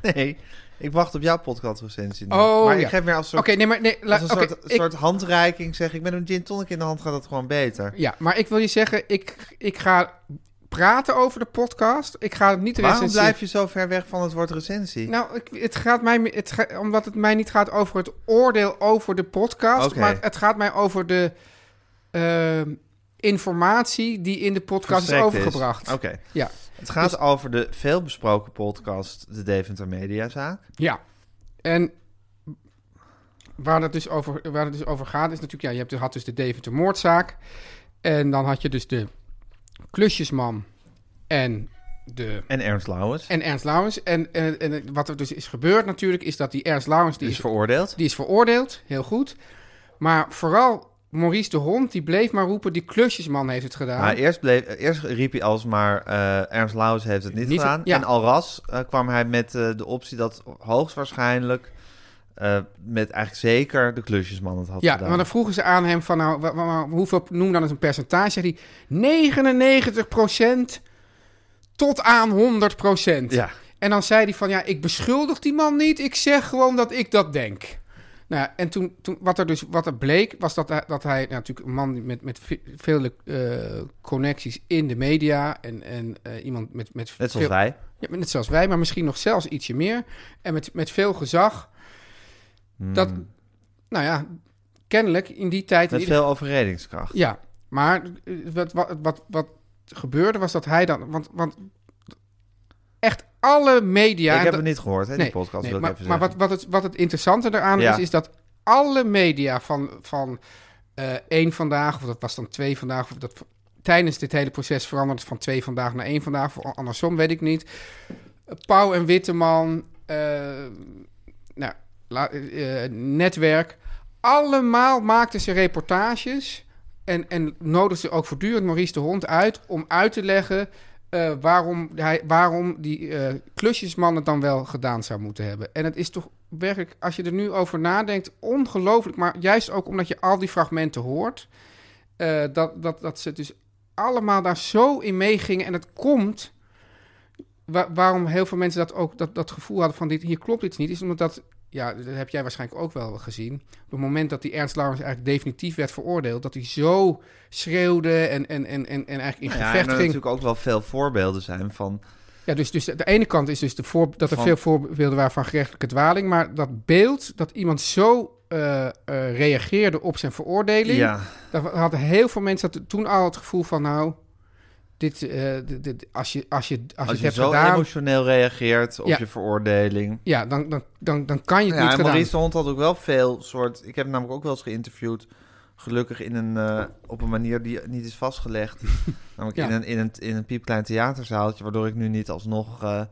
C: Nee, ik wacht op jouw podcastrecensie. nu.
B: Oh,
C: maar
B: ja.
C: ik geef meer als
B: Oké,
C: soort,
B: nee, maar... Nee, la-
C: als een
B: oké,
C: soort,
B: ik-
C: soort handreiking zeg. Ik ben een gin tonic in de hand, gaat dat gewoon beter.
B: Ja, maar ik wil je zeggen, ik, ik ga praten over de podcast. Ik ga het niet
C: Waarom
B: recenseren.
C: blijf je zo ver weg van het woord recensie?
B: Nou, ik, het gaat mij, het ga- omdat het mij niet gaat over het oordeel over de podcast.
C: Oké.
B: Maar het gaat mij over de, ehm, informatie die in de podcast is
C: Verstrekt
B: overgebracht. Dus-
C: Oké.
B: Ja.
C: Het gaat over de veelbesproken podcast De Deventer Mediazaak.
B: Ja. En waar het dus over, waar het dus over gaat is natuurlijk... Ja, je hebt, je had dus de Deventer moordzaak. En dan had je dus de klusjesman en de...
C: En Ernst Lauwers
B: En Ernst Lauwens. En, en, en wat er dus is gebeurd natuurlijk, is dat die Ernst Lauwens... Die
C: is veroordeeld.
B: Die is veroordeeld, heel goed. Maar vooral Maurice de Hond, die bleef maar roepen... die klusjesman heeft het gedaan.
C: Maar eerst, bleef, eerst riep hij alsmaar, eh Ernst Lauwers heeft het niet,
B: Niet-
C: gedaan.
B: ja.
C: En alras eh, kwam hij met eh, de optie dat hoogstwaarschijnlijk, eh, met eigenlijk zeker de klusjesman het had
B: ja,
C: gedaan.
B: want dan vroegen ze aan hem van... nou, wa- wa- wa- hoeveel, noem dan eens een percentage. Zegt hij 99% tot aan 100%.
C: Ja.
B: En dan zei hij van, ja, ik beschuldig die man niet. Ik zeg gewoon dat ik dat denk. Nou, ja, en toen, toen wat er dus wat er bleek, was dat hij, dat hij nou, natuurlijk een man met, met ve- vele eh, connecties in de media en, en eh, iemand met, met
C: Net zoals
B: veel-
C: wij.
B: Ja, maar net zoals wij, maar misschien nog zelfs ietsje meer. En met, met veel gezag. Dat, nou ja, kennelijk in die tijd... in
C: Hmm. Met
B: ieder-
C: veel overredingskracht.
B: Ja, maar eh, wat, wat, wat, wat gebeurde was dat hij dan... Want, want echt alle media...
C: ik
B: en
C: heb
B: dat-
C: het niet gehoord, hè, die podcast wil
B: maar,
C: ik even
B: maar wat,
C: zeggen.
B: wat, het, wat het interessante daaraan
C: Ja.
B: is, is dat alle media van, van eh één vandaag, of dat was dan twee vandaag, of dat tijdens dit hele proces verandert het van twee vandaag naar één vandaag, of andersom weet ik niet. Eh, Pauw en Witteman, eh, nou, la- eh, eh, netwerk, allemaal maakten ze reportages en, en nodigden ze ook voortdurend Maurice de Hond uit om uit te leggen eh, waarom, hij, waarom die eh, klusjesman het dan wel gedaan zou moeten hebben. En het is toch werkelijk, als je er nu over nadenkt, ongelooflijk. Maar juist ook omdat je al die fragmenten hoort, eh, dat, dat, dat ze dus allemaal daar zo in meegingen. En dat komt, wa- waarom heel veel mensen dat ook dat, dat gevoel hadden van dit, hier klopt iets niet, is omdat dat, ja, dat heb jij waarschijnlijk ook wel gezien. Op het moment dat die Ernst Laurens eigenlijk definitief werd veroordeeld, dat hij zo schreeuwde en, en, en, en, en eigenlijk in
C: Ja, en
B: gevecht
C: er
B: ging.
C: natuurlijk ook wel veel voorbeelden zijn van...
B: Ja, dus, dus de ene kant is dus de voor, dat er
C: Van-
B: veel voorbeelden waren van gerechtelijke dwaling. Maar dat beeld dat iemand zo eh, eh, reageerde op zijn veroordeling.
C: Ja,
B: Daar hadden heel veel mensen dat toen al het gevoel van nou. Dit, eh, dit, dit- als, je, als, je,
C: als,
B: als, je het
C: je
B: hebt
C: zo
B: gedaan,
C: emotioneel reageert op
B: Ja.
C: je veroordeling...
B: ja, dan, dan, dan, dan kan je het
C: ja,
B: niet
C: en
B: gedaan.
C: Maurice de Hond had ook wel veel soort... Ik heb hem namelijk ook wel eens geïnterviewd. Gelukkig in een, eh, op een manier die niet is vastgelegd. namelijk
B: Ja.
C: in, een, in, een, in een piepklein theaterzaaltje. Waardoor ik nu niet alsnog eh,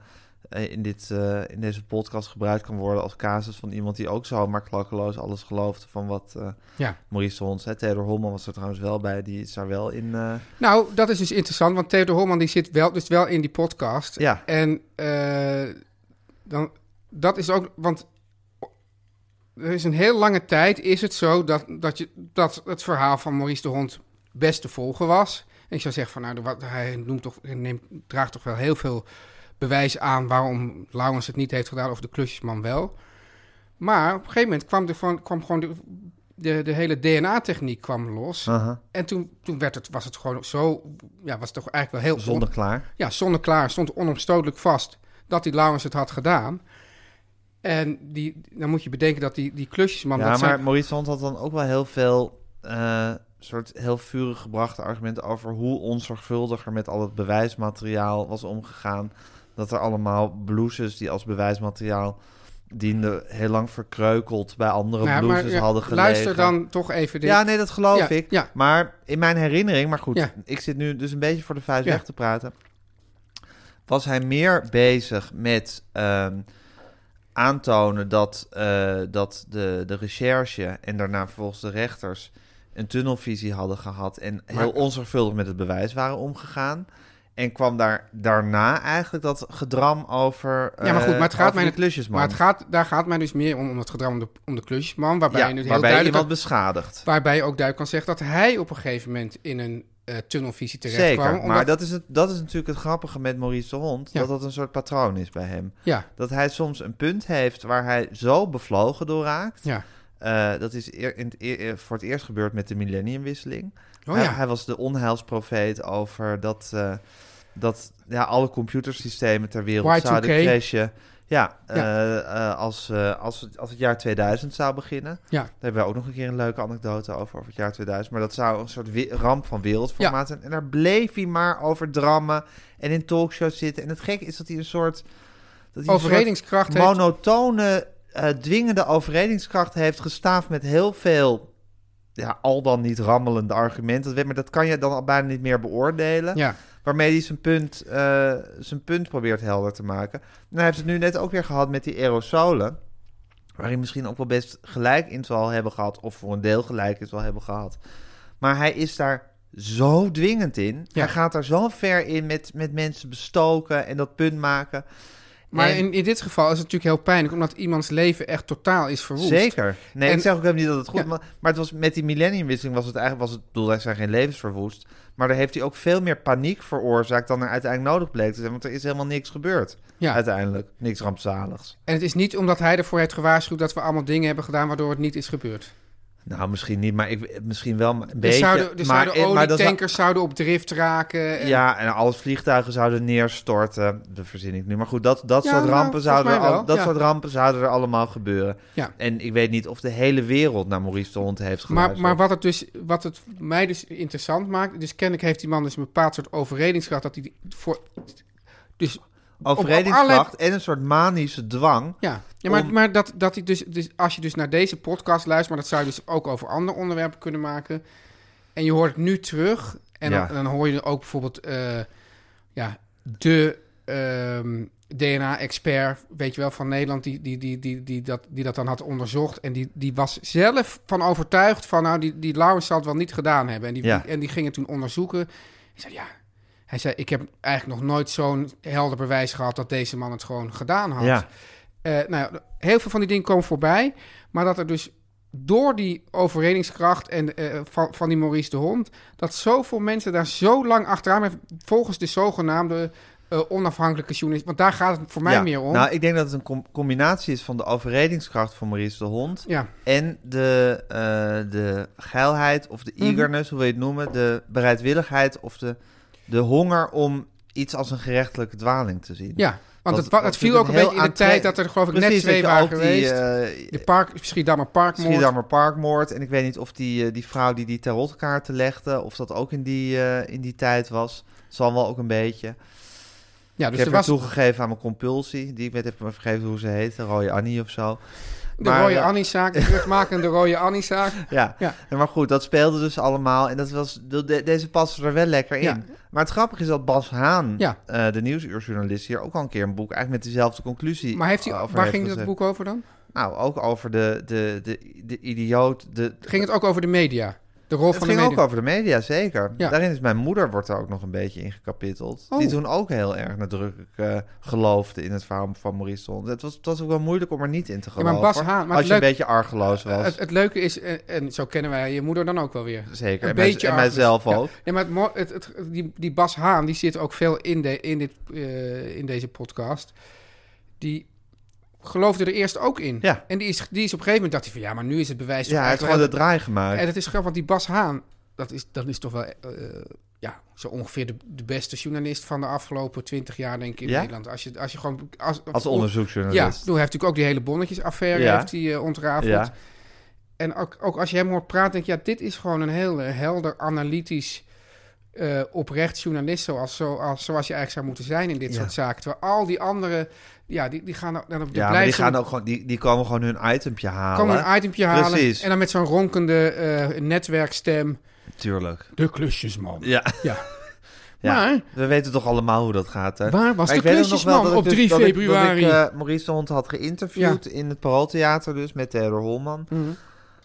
C: eh, in, dit, eh, in deze podcast gebruikt kan worden... als casus van iemand die ook zomaar klakkeloos alles geloofde... van wat eh
B: Ja.
C: Maurice de Hond zei. Theodor Holman was er trouwens wel bij. Die is daar wel in... eh,
B: Nou, dat is dus interessant, want Theodor Holman die zit wel, dus wel in die podcast.
C: ja,
B: En eh, dan, dat is ook, want er is een heel lange tijd is het zo dat, dat, je, dat het verhaal van Maurice de Hond best te volgen was. En ik zou zeggen van, nou, de- wat, hij noemt toch, hij neemt, draagt toch wel heel veel bewijs aan waarom Lauwens het niet heeft gedaan of de klusjesman wel. Maar op een gegeven moment kwam, er gewoon, kwam gewoon de, de, de hele DNA-techniek kwam los.
C: aha,
B: En toen, toen werd het, was het gewoon zo, ja, was het toch eigenlijk wel heel on-
C: zonneklaar.
B: ja, zonneklaar stond onomstotelijk vast dat die Lauwens het had gedaan. En die, dan moet je bedenken dat die, die klusjesman...
C: Ja,
B: dat
C: maar
B: zijn-
C: Maurice de Hond had dan ook wel heel veel... eh, soort heel vurig gebrachte argumenten over hoe onzorgvuldig er met al het bewijsmateriaal was omgegaan. Dat er allemaal blouses die als bewijsmateriaal dienden, heel lang verkreukeld bij andere
B: Nou ja,
C: blouses
B: ja,
C: hadden gelegen.
B: Luister dan toch even dit.
C: Ja, nee, dat geloof
B: Ja,
C: ik.
B: ja.
C: Maar in mijn herinnering, maar goed,
B: Ja.
C: ik zit nu dus een beetje voor de vuist
B: Ja.
C: weg te praten. Was hij meer bezig met ehm, aantonen dat, eh, dat de, de recherche en daarna vervolgens de rechters een tunnelvisie hadden gehad en heel onzorgvuldig met het bewijs waren omgegaan? En kwam daar daarna eigenlijk dat gedram over.
B: Ja, maar goed,
C: eh,
B: maar het gaat
C: over die
B: mij net-
C: klusjesman.
B: maar het gaat, daar gaat mij dus meer om, om het gedrag om de, om de klusjesman. Waarbij
C: Ja,
B: je nu heel
C: waarbij
B: duidelijk...
C: iemand beschadigt.
B: Waarbij je ook duidelijk kan zeggen dat hij op een gegeven moment in een eh, tunnelvisie terecht
C: Zeker,
B: kwam.
C: maar
B: omdat-
C: dat is, het, dat is natuurlijk het grappige met Maurice de Hond.
B: Ja.
C: Dat dat een soort patroon is bij hem.
B: Ja,
C: Dat hij soms een punt heeft waar hij zo bevlogen door raakt.
B: ja.
C: Eh, dat is eer- in het eer- eh, voor het eerst gebeurd met de millenniumwisseling.
B: Oh
C: hij,
B: ja.
C: hij was de onheilsprofeet over dat, eh, dat ja, alle computersystemen ter wereld
B: Y2K.
C: zouden crashen. Ja, eh, eh, als, eh, als, het, als het jaar 2000 zou beginnen.
B: Ja.
C: Daar hebben we ook nog een keer een leuke anekdote over, over het jaar 2000. Maar dat zou een soort we- ramp van wereldformaat zijn. En daar bleef hij maar over drammen en in talkshows zitten. En het gekke is dat hij een soort... Dat hij een soort
B: Overredingskracht heeft-
C: monotone, eh, dwingende overredingskracht heeft gestaafd met heel veel... Ja, al dan niet rammelende argumenten. Dat weet- Maar dat kan je dan al bijna niet meer beoordelen.
B: Ja.
C: Waarmee hij zijn punt, eh, zijn punt probeert helder te maken. Nou, hij heeft het nu net ook weer gehad met die aerosolen. Waar hij misschien ook wel best gelijk in zal hebben gehad. Of voor een deel gelijk in zal hebben gehad. Maar hij is daar zo dwingend in.
B: Ja.
C: Hij gaat daar zo ver in met, met mensen bestoken en dat punt maken.
B: Maar
C: En-
B: in, in dit geval is het natuurlijk heel pijnlijk, omdat iemands leven echt totaal is verwoest.
C: Zeker. Nee,
B: En-
C: ik zeg ook helemaal niet dat het goed
B: Ja.
C: was. Maar het was met die millenniumwisseling was het eigenlijk was het ik bedoel, daar zijn geen levens verwoest. Maar daar heeft hij ook veel meer paniek veroorzaakt dan er uiteindelijk nodig bleek te zijn. Want er is helemaal niks gebeurd.
B: Ja.
C: Uiteindelijk. Niks rampzaligs.
B: En het is niet omdat hij ervoor heeft gewaarschuwd dat we allemaal dingen hebben gedaan waardoor het niet is gebeurd.
C: Nou, misschien niet, maar ik, misschien wel een beetje.
B: Er zouden, er
C: maar,
B: zouden
C: maar dat zou-
B: olietankers zouden op drift raken. En,
C: Ja, en alles vliegtuigen zouden neerstorten. Dat verzin ik nu. Maar goed, dat, dat,
B: Ja,
C: soort,
B: nou,
C: rampen
B: volgens
C: zouden er
B: mij wel,
C: al- dat
B: ja.
C: soort rampen zouden er allemaal gebeuren.
B: Ja.
C: En ik weet niet of de hele wereld naar Maurice de Hond heeft geluisterd.
B: Maar, maar wat, het dus, wat het mij dus interessant maakt... dus kennelijk heeft die man dus een bepaald soort overredingskracht... dat hij die voor... Dus
C: Overredingskracht
B: op- op
C: en een soort manische dwang.
B: ja, ja maar,
C: Om-
B: maar dat, dat ik dus, dus... als je dus naar deze podcast luistert... maar dat zou je dus ook over andere onderwerpen kunnen maken... en je hoort het nu terug... en
C: Ja.
B: dan, dan hoor je ook bijvoorbeeld... eh, ja, de ehm, DNA-expert, weet je wel, van Nederland... Die, die, die, die, die, dat, die dat dan had onderzocht... en die, die was zelf van overtuigd van... nou, die, die Laurens zal het wel niet gedaan hebben. En die,
C: Ja.
B: en die gingen toen onderzoeken. Hij zei, ja... Hij zei, ik heb eigenlijk nog nooit zo'n helder bewijs gehad... dat deze man het gewoon gedaan had.
C: Ja.
B: Eh, nou, ja, heel veel van die dingen komen voorbij. Maar dat er dus door die overredingskracht en, eh, van, van die Maurice de Hond... dat zoveel mensen daar zo lang achteraan... hebben, volgens de zogenaamde eh, onafhankelijke journalist... want daar gaat het voor mij
C: Ja.
B: meer om.
C: Nou, ik denk dat het een com- combinatie is van de overredingskracht van Maurice de Hond...
B: ja,
C: en de, eh, de geilheid of
B: Mhm.
C: de eagerness, hoe wil je het noemen... de bereidwilligheid of de, de honger om iets als een gerechtelijke dwaling te zien.
B: ja, want
C: Dat-
B: het, wa-
C: dat
B: het viel
C: vind
B: ook
C: ik
B: een
C: heel
B: beetje in de
C: aantre-
B: tijd... dat er geloof ik net
C: Precies,
B: twee
C: dat je
B: waren
C: ook die,
B: geweest.
C: eh,
B: de park, Schiedammer Parkmoord.
C: Schiedammer Parkmoord. En ik weet niet of die, eh, die vrouw die die tarotkaarten legde... of dat ook in die, eh, in die tijd was. Zal wel ook een beetje.
B: Ja, dus
C: ik
B: er
C: heb er
B: was
C: toegegeven aan mijn compulsie. Die, ik weet even maar vergeven hoe ze heet. De rode Annie of zo.
B: de
C: maar,
B: rode
C: eh,
B: Annie-zaak, de terugmakende rode Annie-zaak.
C: Ja.
B: Ja.
C: Ja, maar goed, dat speelde dus allemaal. En dat was, de- de- deze paste er wel lekker in.
B: Ja.
C: Maar het grappige is dat Bas Haan,
B: Ja.
C: eh, de nieuwsuurjournalist... hier ook al een keer een boek eigenlijk met dezelfde conclusie
B: Maar heeft hij,
C: over
B: waar
C: heeft
B: ging dat
C: gezet.
B: boek over dan?
C: Nou, ook over de, de, de, de idioot... De,
B: Ging het ook over de media? De rol
C: het
B: van
C: ging
B: de media?
C: ook over de media, zeker.
B: Ja.
C: Daarin is mijn moeder wordt er ook nog een beetje in gekapiteld. Die
B: Oh.
C: toen ook heel erg nadrukkelijk eh, geloofde in het verhaal van Maurice de Hond. Het was, het was ook wel moeilijk om er niet in te
B: maar
C: geloven.
B: Bas
C: hoor.
B: Haan- maar
C: als
B: het
C: je een
B: leuk-
C: beetje argeloos was.
B: Het, het leuke is, en, en zo kennen wij je moeder dan ook wel weer.
C: Zeker.
B: Een
C: En, mij-
B: beetje
C: en
B: argus.
C: mijzelf
B: Ja.
C: ook.
B: Nee, maar het, mo- het, het- die, die Bas Haan, die zit ook veel in, de, in, dit, eh, in deze podcast. Die geloofde er eerst ook in.
C: Ja.
B: En die is, die is op een gegeven moment dacht hij van... ja, maar nu is het bewijs
C: Ja,
B: toch
C: hij heeft gewoon
B: eigenlijk...
C: de draai gemaakt.
B: En het is grappig, want die Bas Haan... dat is, dat is toch wel eh, ja, zo ongeveer de, de beste journalist... van de afgelopen twintig jaar, denk ik, in
C: Ja?
B: Nederland. Als je, als je gewoon... Als,
C: als
B: Ja,
C: onderzoeksjournalist.
B: toen heeft natuurlijk ook die hele bonnetjesaffaire
C: Ja.
B: heeft hij, eh, ontrafeld.
C: Ja.
B: En ook, ook als je hem hoort praten, denk je... Ja, dit is gewoon een heel eh, helder, analytisch, eh, oprecht journalist... Zoals, zoals, zoals je eigenlijk zou moeten zijn in dit
C: Ja.
B: soort zaken. Terwijl al die anderen, ja, die, die gaan dan op de
C: Ja, maar die,
B: blijven-
C: gaan ook gewoon, die, die komen gewoon hun itempje halen.
B: komen een itempje halen
C: Precies.
B: en dan met zo'n ronkende eh, netwerkstem...
C: Tuurlijk.
B: De klusjesman.
C: Ja.
B: Ja.
C: Ja.
B: Maar-
C: we weten toch allemaal hoe dat gaat. Hè?
B: Waar was
C: Maar
B: de
C: ik weet ook nog wel
B: klusjesman
C: dat ik
B: op
C: dus-
B: 3
C: dat ik- dat
B: februari?
C: Ik, eh, Maurice de Hond had geïnterviewd in het Parooltheater dus met Theodor Holman
B: Mhm.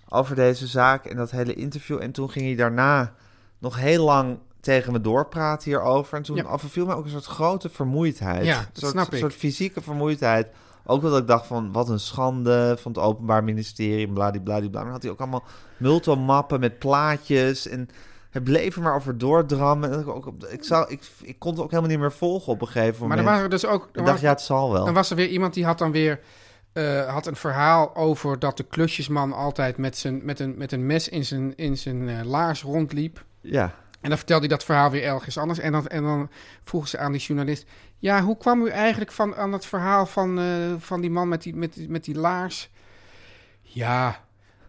C: over deze zaak en dat hele interview. En toen ging hij daarna nog heel lang tegen me doorpraten hierover. En toen
B: Ja.
C: overviel mij ook een soort grote vermoeidheid.
B: Ja,
C: Een
B: dat
C: soort,
B: snap ik.
C: soort fysieke vermoeidheid. Ook wel dat ik dacht van, wat een schande van het Openbaar Ministerie, bladibladibla. Maar had hij ook allemaal multomappen met plaatjes en... Het bleef er maar over doordrammen. En ik, ook, op de- ik, zou, ik, ik kon het ook helemaal niet meer volgen op een gegeven moment.
B: maar er waren dus ook... er
C: Ik
B: waren-
C: dacht, ja, het zal wel.
B: Dan was er weer iemand die had dan weer eh, had een verhaal over dat de klusjesman altijd met, zijn, met, een, met een mes in zijn, in zijn eh, laars rondliep.
C: Ja.
B: En dan vertelde hij dat verhaal weer ergens anders. En dan, en dan vroegen ze aan die journalist... Ja, hoe kwam u eigenlijk van, aan het verhaal van, eh, van die man met die, met, die- met die laars? Ja,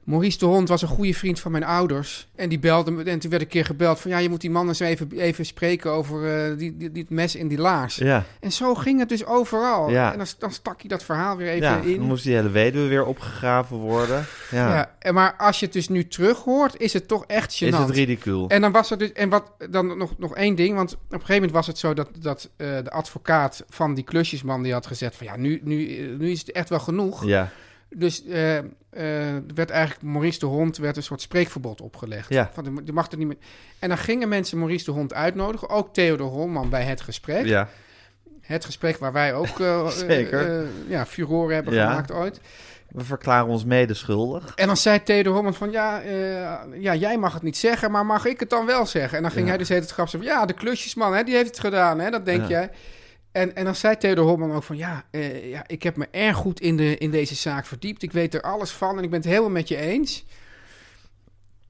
B: Maurice de Hond was een goede vriend van mijn ouders. En die belde me. En toen werd ik een keer gebeld van... Ja, je moet die man eens even, even spreken over eh, die, die, die- het mes in die laars.
C: Ja,
B: En zo ging het dus overal.
C: Ja.
B: En dan, dan stak hij dat verhaal weer even
C: ja
B: in.
C: dan moest die hele weduwe weer opgegraven worden. Ja,
B: Ja, en maar als je het dus nu terug hoort, is het toch echt gênant.
C: is het ridicuul.
B: En dan was er dus. En wat, dan nog, nog één ding. Want op een gegeven moment was het zo dat, dat eh, de advocaat van die klusjesman die had gezet. van ja, nu, nu, eh, nu is het echt wel genoeg.
C: Ja,
B: Dus eh, eh, er werd eigenlijk Maurice de Hond werd een soort spreekverbod opgelegd.
C: Ja.
B: Van, je mag er niet meer. En dan gingen mensen Maurice de Hond uitnodigen. Ook Theodor Holman bij het gesprek.
C: ja.
B: Het gesprek waar wij ook eh,
C: Zeker.
B: eh, eh, ja, furoren hebben
C: Ja.
B: gemaakt ooit.
C: We verklaren ons mede schuldig.
B: En dan zei Theodor Holman van, ja, eh, ja, jij mag het niet zeggen, maar mag ik het dan wel zeggen? En dan ging
C: Ja.
B: hij dus het grap zeggen, ja, de klusjesman, hè, die heeft het gedaan, hè, dat denk
C: Ja.
B: jij. En, en dan zei Theodor Holman ook van, ja, eh, ja, ik heb me erg goed in, de, in deze zaak verdiept. Ik weet er alles van en ik ben het helemaal met je eens.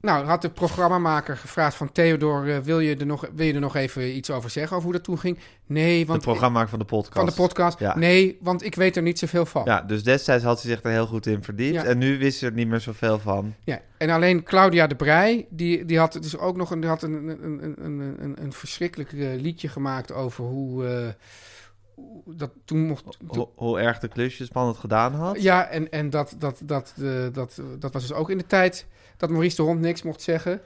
B: Nou, had de programmamaker gevraagd van Theodor, eh, wil, je er nog, wil je er nog even iets over zeggen, over hoe dat toen ging? Nee,
C: De
B: want...
C: programma van de podcast.
B: van de podcast?
C: Ja.
B: Nee, want ik weet er niet zoveel van.
C: Ja, dus destijds had ze zich er heel goed in verdiept.
B: Ja.
C: En nu wist ze er niet meer zoveel van.
B: Ja, en alleen Claudia de Brij, die, die had dus ook nog een, die had een, een, een, een, een, een verschrikkelijk eh, liedje gemaakt over hoe, eh, hoe dat toen mocht.
C: Hoe, hoe erg de klusjesman het gedaan had.
B: ja, en, en dat, dat, dat, eh, dat, dat was dus ook in de tijd dat Maurice de Hond niks mocht zeggen.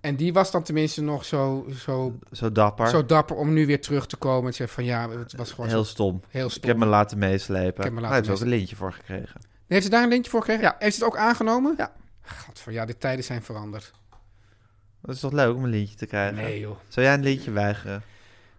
B: En die was dan tenminste nog zo, zo,
C: Zo dapper.
B: zo dapper om nu weer terug te komen en te zeggen van ja, het was gewoon
C: heel
B: heel,
C: stom.
B: heel
C: Ik
B: stom.
C: heb me laten meeslepen.
B: Ik heb me laten
C: Hij heeft ook een
B: meeslepen.
C: lintje voor gekregen.
B: Heeft ze daar een lintje voor gekregen? Ja. Heeft ze het ook aangenomen?
C: Ja.
B: Gadver, ja, de tijden zijn veranderd.
C: Dat is toch leuk om een lintje te krijgen?
B: Nee joh.
C: Zou jij een lintje weigeren?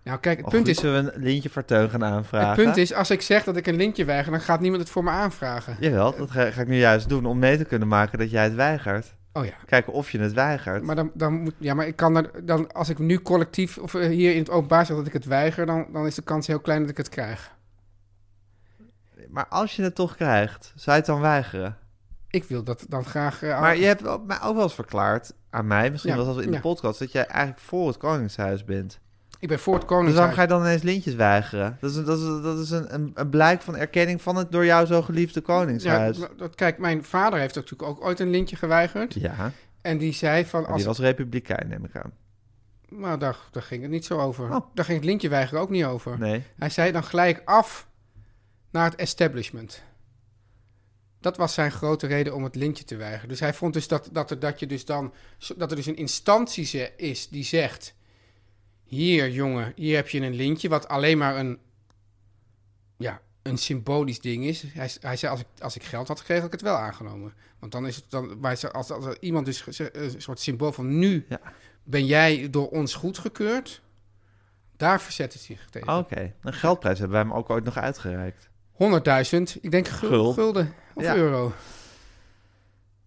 B: Nou kijk, het
C: Of
B: punt
C: goed,
B: is...
C: Zullen we een lintje voor Teun gaan aanvragen?
B: Het punt is, als ik zeg dat ik een lintje weiger, dan gaat niemand het voor me aanvragen.
C: Jawel, dat ga, ga ik nu juist doen om mee te kunnen maken dat jij het weigert.
B: Oh ja.
C: Kijken of je het weigert.
B: Maar, dan, dan moet, ja, maar ik kan er, dan, als ik nu collectief of eh, hier in het openbaar zeg dat ik het weiger, dan, dan is de kans heel klein dat ik het krijg.
C: Maar als je het toch krijgt, zou je het dan weigeren?
B: Ik wil dat dan graag. eh,
C: Maar je hebt wel- mij ook wel eens verklaard aan mij, misschien
B: Ja,
C: wel zelfs in de
B: ja.
C: podcast, dat jij eigenlijk voor het Koningshuis bent.
B: ik ben voor het
C: Dus waarom
B: Koningshuis.
C: ga je dan ineens lintjes weigeren? Dat is, een- dat is, dat is een, een, een blijk van erkenning van het door jou zo geliefde
B: ja,
C: Koningshuis. Ja,
B: dat- dat- kijk, mijn vader heeft natuurlijk ook ooit een lintje geweigerd. En die zei van.
C: maar
B: Als,
C: die was republikein, neem ik aan.
B: Maar daar, daar ging het niet zo over.
C: Oh.
B: Daar ging het lintje weigeren ook niet over.
C: Nee.
B: Hij zei dan gelijk af naar het establishment. Dat was zijn grote reden om het lintje te weigeren. Dus hij vond dus dat, dat, er, dat, je dus dan, dat er dus een instantie ze- is die zegt... Hier, jongen, hier heb je een lintje... wat alleen maar een, ja, een symbolisch ding is. Hij, hij zei, als ik, als ik geld had gekregen, had ik het wel aangenomen. Want dan is het... Dan, maar ze- als, als er iemand dus ge- een soort symbool van... nu
C: Ja.
B: ben jij door ons goedgekeurd... daar verzet het zich tegen.
C: Oké. Een geldprijs hebben wij hem ook ooit nog uitgereikt.
B: 100.000. Ik denk gul-
C: Gul.
B: gulden of
C: Ja.
B: euro.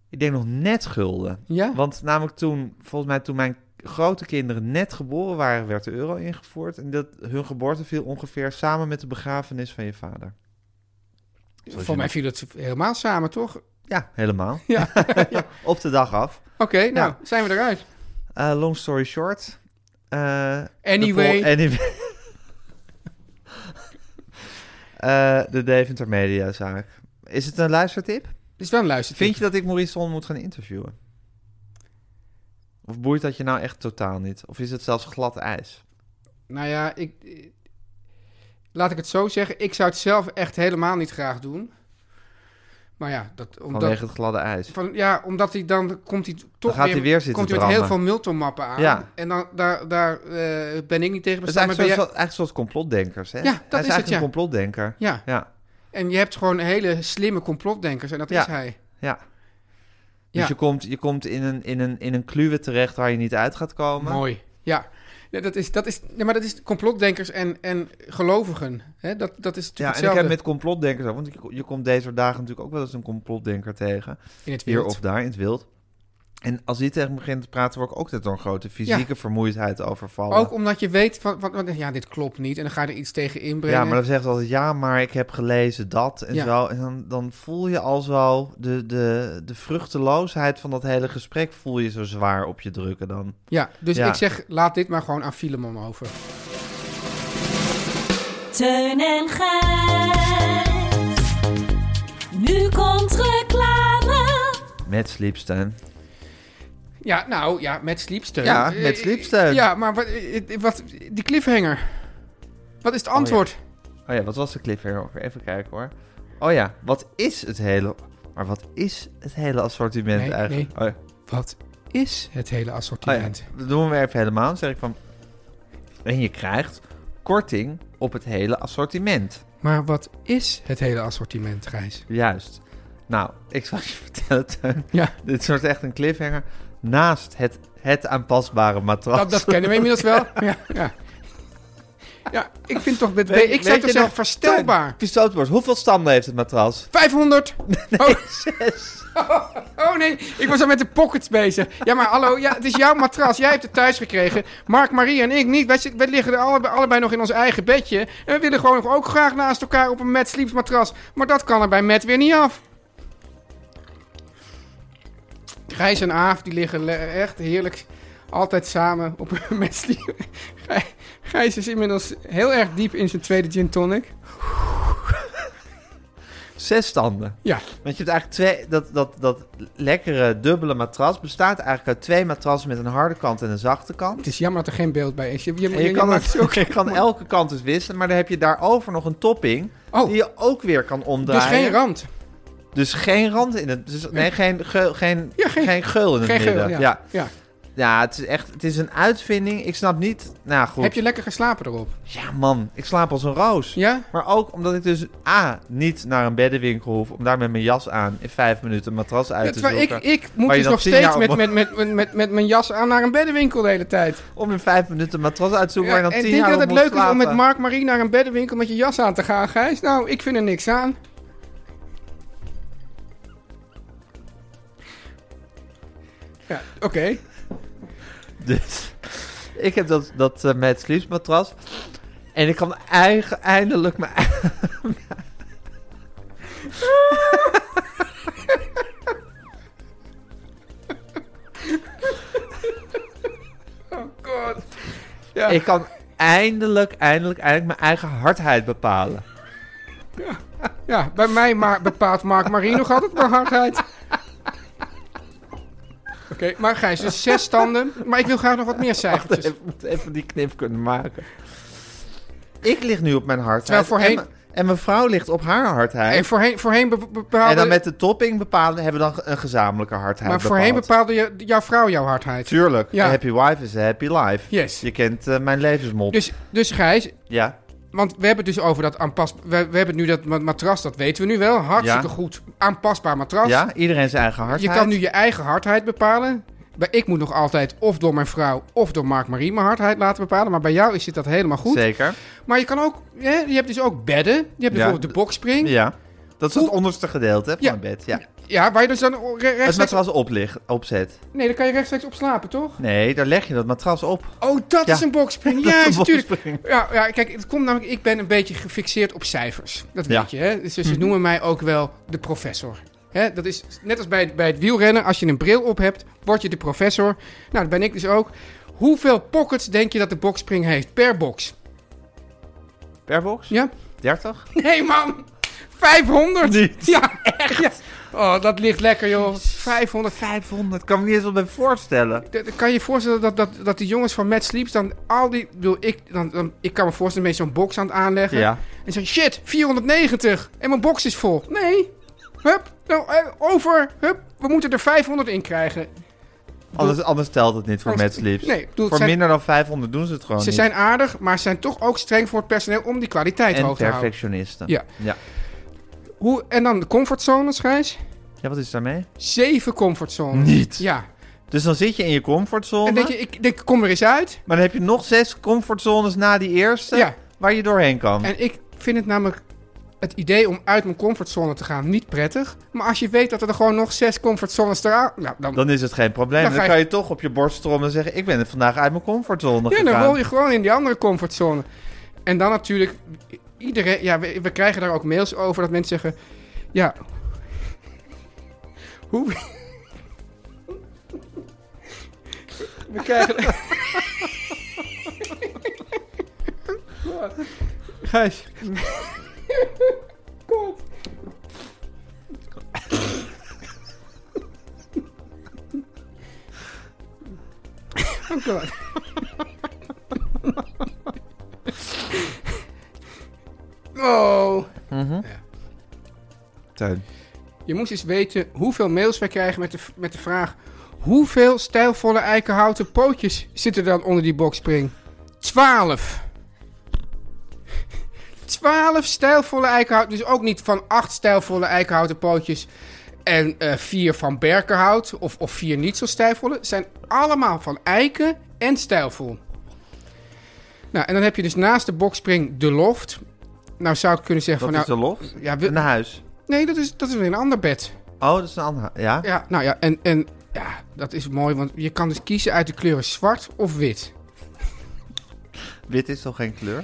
C: Ik denk nog net gulden.
B: Ja?
C: Want namelijk toen, volgens mij toen mijn grote kinderen net geboren waren, werd de euro ingevoerd. En dat, hun geboorte viel ongeveer samen met de begrafenis van je vader. Zoals je
B: Voor mij
C: nog-
B: viel het helemaal samen, toch? Oké,
C: Ja, helemaal.
B: Ja.
C: Op de dag af.
B: nou, zijn we eruit.
C: Eh, long story short. eh,
B: Anyway.
C: De, pol- anyway. Eh, de Deventer Mediazaak. Is het een luistertip?
B: Het is wel een luistertip.
C: Vind je dat ik Maurice Son moet gaan interviewen? Of boeit dat je nou echt totaal niet? Of is het zelfs glad ijs?
B: Nou ja, ik... eh, Laat ik het zo zeggen. Ik zou het zelf echt helemaal niet graag doen. Maar ja, dat,
C: Vanwege
B: omdat...
C: het gladde ijs.
B: Van, ja, omdat hij dan komt hij toch
C: Dan gaat
B: weer,
C: hij weer zitten
B: komt hij met heel
C: drammen.
B: veel Milton-mappen aan.
C: Ja.
B: En dan, daar, daar eh, ben ik niet tegen
C: Het is
B: bestemd.
C: eigenlijk,
B: maar
C: zo,
B: ben
C: zo- eigenlijk zoals complotdenkers, hè?
B: Ja, dat
C: hij is,
B: is het,
C: eigenlijk
B: ja.
C: een complotdenker.
B: jij- ja,
C: Ja,
B: en je hebt gewoon hele slimme complotdenkers. En dat
C: Ja.
B: is hij.
C: ja. Dus
B: Ja.
C: je komt, je komt in, een, in, een, in een kluwe terecht waar je niet uit gaat komen.
B: Mooi. Ja. Ja, dat is, dat is, ja, maar dat is complotdenkers en, en gelovigen. Hè? Dat, dat is
C: Ja, en ik heb
B: natuurlijk hetzelfde
C: met complotdenkers ook, want je, je komt deze dagen natuurlijk ook wel eens een complotdenker tegen.
B: in het
C: Hier
B: wereld.
C: of daar in het wild. En als die tegen me begint te praten, word ik ook net door een grote fysieke vermoeidheid overvallen.
B: Ook omdat je weet van, van, van, ja, dit klopt niet. En dan ga je er iets tegen inbrengen.
C: Ja, maar dan zegt ze altijd, ja, maar ik heb gelezen dat en
B: Ja.
C: zo. En dan, dan voel je al zo, de, de, de vruchteloosheid van dat hele gesprek voel je zo zwaar op je drukken dan.
B: ja dus
C: Ja.
B: ik zeg, laat dit maar gewoon aan Filemon over.
F: Teun en Gijs. Nu komt reclame.
C: Met sleepsteun.
B: Ja, nou, ja, met sleepsteun.
C: Ja,
B: Eh,
C: met sleepsteun.
B: Ja, maar wat, eh, wat, die cliffhanger. Wat is het
C: ja.
B: antwoord?
C: Oh ja, wat was de cliffhanger ook weer? Even kijken hoor. Oh ja, wat is het hele... Maar wat is het hele assortiment
B: Nee,
C: eigenlijk? Oh, ja.
B: Wat is het hele
C: Oh ja,
B: assortiment?
C: dat doen we weer even helemaal. Dan zeg ik van... En je krijgt korting op het hele assortiment.
B: Maar wat is het hele assortiment, Gijs?
C: Juist. Nou, ik zal je vertellen, Teun.
B: Ja.
C: Dit wordt echt een cliffhanger. Naast het, het aanpasbare matras.
B: Nou, Dat, dat kennen we inmiddels wel. Ja, ja. ja ik vind toch... Met,
C: Weet-
B: ik
C: weet
B: zei toch
C: je
B: zelf
C: nog-
B: verstelbaar.
C: Teun, pistootwoord. Hoeveel standen heeft het matras?
B: 500! Oh,
C: Zes.
B: oh nee, ik was al met de pockets bezig. Ja, maar hallo, ja, het is jouw matras. Jij hebt het thuis gekregen. Mark, Marie en ik niet. Wij, zit- wij liggen er allebei, allebei nog in ons eigen bedje. En we willen gewoon ook graag naast elkaar op een Mad Sleeps matras. Maar dat kan er bij Matt weer niet af. Gijs en Aaf, die liggen le- echt heerlijk altijd samen op een Mad Sleeps. Gij- Gijs is inmiddels heel erg diep in zijn tweede gin tonic.
C: Zes standen.
B: Ja,
C: Want je hebt eigenlijk twee... Dat, dat, dat lekkere dubbele matras bestaat eigenlijk uit twee matrassen met een harde kant en een zachte kant.
B: het is jammer dat er geen beeld bij is. Je, je,
C: En je,
B: je
C: kan,
B: maakt
C: het,
B: het ook-
C: je kan elke kant dus wisselen, maar dan heb je daarover nog een topping
B: Oh,
C: die je ook weer kan
B: dus
C: omdraaien.
B: geen rand.
C: Dus geen rand in het. Dus, nee, geen, geul, geen,
B: Ja,
C: geen,
B: geen-
C: geul in het
B: Geen
C: midden.
B: geur, ja.
C: ja.
B: ja.
C: Ja, het is echt, het is een uitvinding. Ik snap niet. Nou goed.
B: Heb je lekker geslapen erop?
C: Ja, man, ik slaap als een roos.
B: Ja?
C: Maar ook omdat ik dus A. niet naar een beddenwinkel hoef om daar met mijn jas aan in vijf minuten een matras uit
B: Ja,
C: te
B: terwijl
C: zoeken.
B: ik, ik moet
C: Waar je
B: dus
C: dan
B: nog
C: tien
B: steeds
C: jaar op
B: met, met, met, met, met, met mijn jas aan naar een beddenwinkel de hele tijd.
C: Om in vijf minuten een matras uit te zoeken
B: Ja,
C: waar je dan
B: en
C: tien
B: denk
C: jaar
B: je dat
C: op
B: het
C: moet
B: leuk is om
C: slapen.
B: met Mark Marie naar een beddenwinkel met je jas aan te gaan, Gijs? Nou, ik vind er niks aan. Ja, oké.
C: Dus ik heb dat, dat eh, Mad Sleeps matras. En ik kan eigen, eindelijk mijn...
B: God. Ja.
C: Ik kan eindelijk, eindelijk, eindelijk mijn eigen hardheid bepalen.
B: ja, bij mij maar bepaalt Mark Marie nog altijd mijn hardheid. Oké, maar Gijs, dus zes standen. Maar ik wil graag nog wat meer
C: Wacht
B: cijfertjes.
C: even, ik moet even die knip kunnen maken. Ik lig nu op mijn hardheid.
B: Terwijl voorheen-
C: En, mijn- en mijn vrouw ligt op haar hardheid.
B: En voorheen, voorheen be- bepaalde...
C: en dan met de topping bepalen, hebben we dan een gezamenlijke hardheid
B: Maar voorheen
C: bepaald.
B: bepaalde je, jouw vrouw jouw hardheid.
C: Tuurlijk,
B: Ja.
C: a happy wife is a happy life.
B: Yes.
C: Je kent eh, mijn levensmot.
B: Dus, dus Gijs,
C: ja,
B: want we hebben het dus over dat aanpas... We, we hebben nu dat ma- matras, dat weten we nu wel. Hartstikke
C: Ja.
B: goed aanpasbaar matras.
C: ja, iedereen zijn eigen
B: je
C: hardheid.
B: kan nu je eigen hardheid bepalen. Bij, ik moet nog altijd of door mijn vrouw of door Mark Marie mijn hardheid laten bepalen. Maar bij jou is dit dat helemaal goed.
C: Zeker,
B: Maar je kan ook... Hè, je hebt dus ook bedden. Je hebt bijvoorbeeld de boxspring. Ja.
C: ja. Dat is het
B: Hoe-
C: onderste gedeelte hè, van
B: Ja.
C: mijn bed, ja.
B: waar je dus dan o- re-
C: Het
B: rechtstreeks...
C: matras oplig, opzet.
B: Nee, daar kan je rechtstreeks op slapen, toch?
C: Nee, daar leg je dat matras op.
B: Oh, dat
C: Ja.
B: is een boxspring.
C: Dat is
B: Ja,
C: een
B: natuurlijk.
C: boxspring.
B: Ja, ja, kijk, het komt namelijk. Ik ben een beetje gefixeerd op cijfers. Dat
C: Ja.
B: weet je, hè? Dus ze noemen mij ook wel de professor. Hè? Dat is net als bij, bij het wielrennen. Als je een bril op hebt, word je de professor. Nou, dat ben ik dus ook. Hoeveel pockets denk je dat de boxspring heeft per box?
C: Per box?
B: Ja?
C: 30?
B: Nee, man! 500! Ja, echt! Ja. Oh, dat ligt lekker, joh. 500.
C: 500, kan me niet eens wat bij voorstellen.
B: Dat- dat Kan je je voorstellen dat, dat, dat die jongens van Mad Sleeps dan al die... ik Bedoel, ik, dan, dan, ik kan me voorstellen, dat je zo'n box aan het aanleggen.
C: Ja.
B: En zeg je, shit, 490. En mijn box is vol. Nee. Hup, nou, eh, over. Hup, we moeten er 500 in krijgen.
C: Oh, Anders, anders telt het niet voor
B: Anders-
C: Mad Sleeps.
B: nee, ik bedoel,
C: voor
B: het zijn-
C: minder dan 500 doen ze het gewoon
B: Ze
C: niet.
B: zijn aardig, maar ze zijn toch ook streng voor het personeel om die kwaliteit
C: en
B: hoog te houden.
C: perfectionisten.
B: Ja.
C: Ja.
B: Hoe, en dan de comfortzones, Gijs.
C: ja, wat is daarmee?
B: Zeven comfortzones.
C: Niet.
B: Ja.
C: Dus dan zit je in je comfortzone.
B: En denk je, ik denk, kom er eens uit.
C: Maar dan heb je nog zes comfortzones na die eerste
B: Ja.
C: waar je doorheen kan.
B: En ik vind het namelijk het idee om uit mijn comfortzone te gaan niet prettig. Maar als je weet dat er gewoon nog zes comfortzones eraan... Nou, dan,
C: Dan is het geen probleem.
B: Dan
C: Dan,
B: ga je-
C: kan je toch op je borst trommen en zeggen... ik ben vandaag uit mijn comfortzone
B: ja,
C: gegaan.
B: dan rol je gewoon in die andere comfortzone. En dan natuurlijk... i- Iedereen, ja, we, we krijgen daar ook mails over dat mensen zeggen... Ja... Hoe... We krijgen... Gijs. Kort. Oh god. Oh.
C: Teun.
B: Je moest eens weten hoeveel mails wij krijgen met de, v- met de vraag... Hoeveel stijlvolle eikenhouten pootjes zitten dan onder die bokspring? Twaalf. Twaalf stijlvolle eikenhouten. Dus ook niet van acht stijlvolle eikenhouten pootjes... en eh, vier van berkenhout of, of vier niet zo stijlvolle. zijn allemaal van eiken en stijlvol. Nou, en dan heb je dus naast de bokspring de loft. Nou zou ik kunnen zeggen
C: Dat
B: van...
C: is de
B: nou,
C: loft.
B: ja, we-
C: Een huis.
B: nee, dat is, dat is weer een ander bed.
C: Oh, dat is een ander hu- Ja?
B: Ja, nou ja, en, en ja, dat is mooi, want je kan dus kiezen uit de kleuren zwart of wit.
C: Wit is toch geen kleur?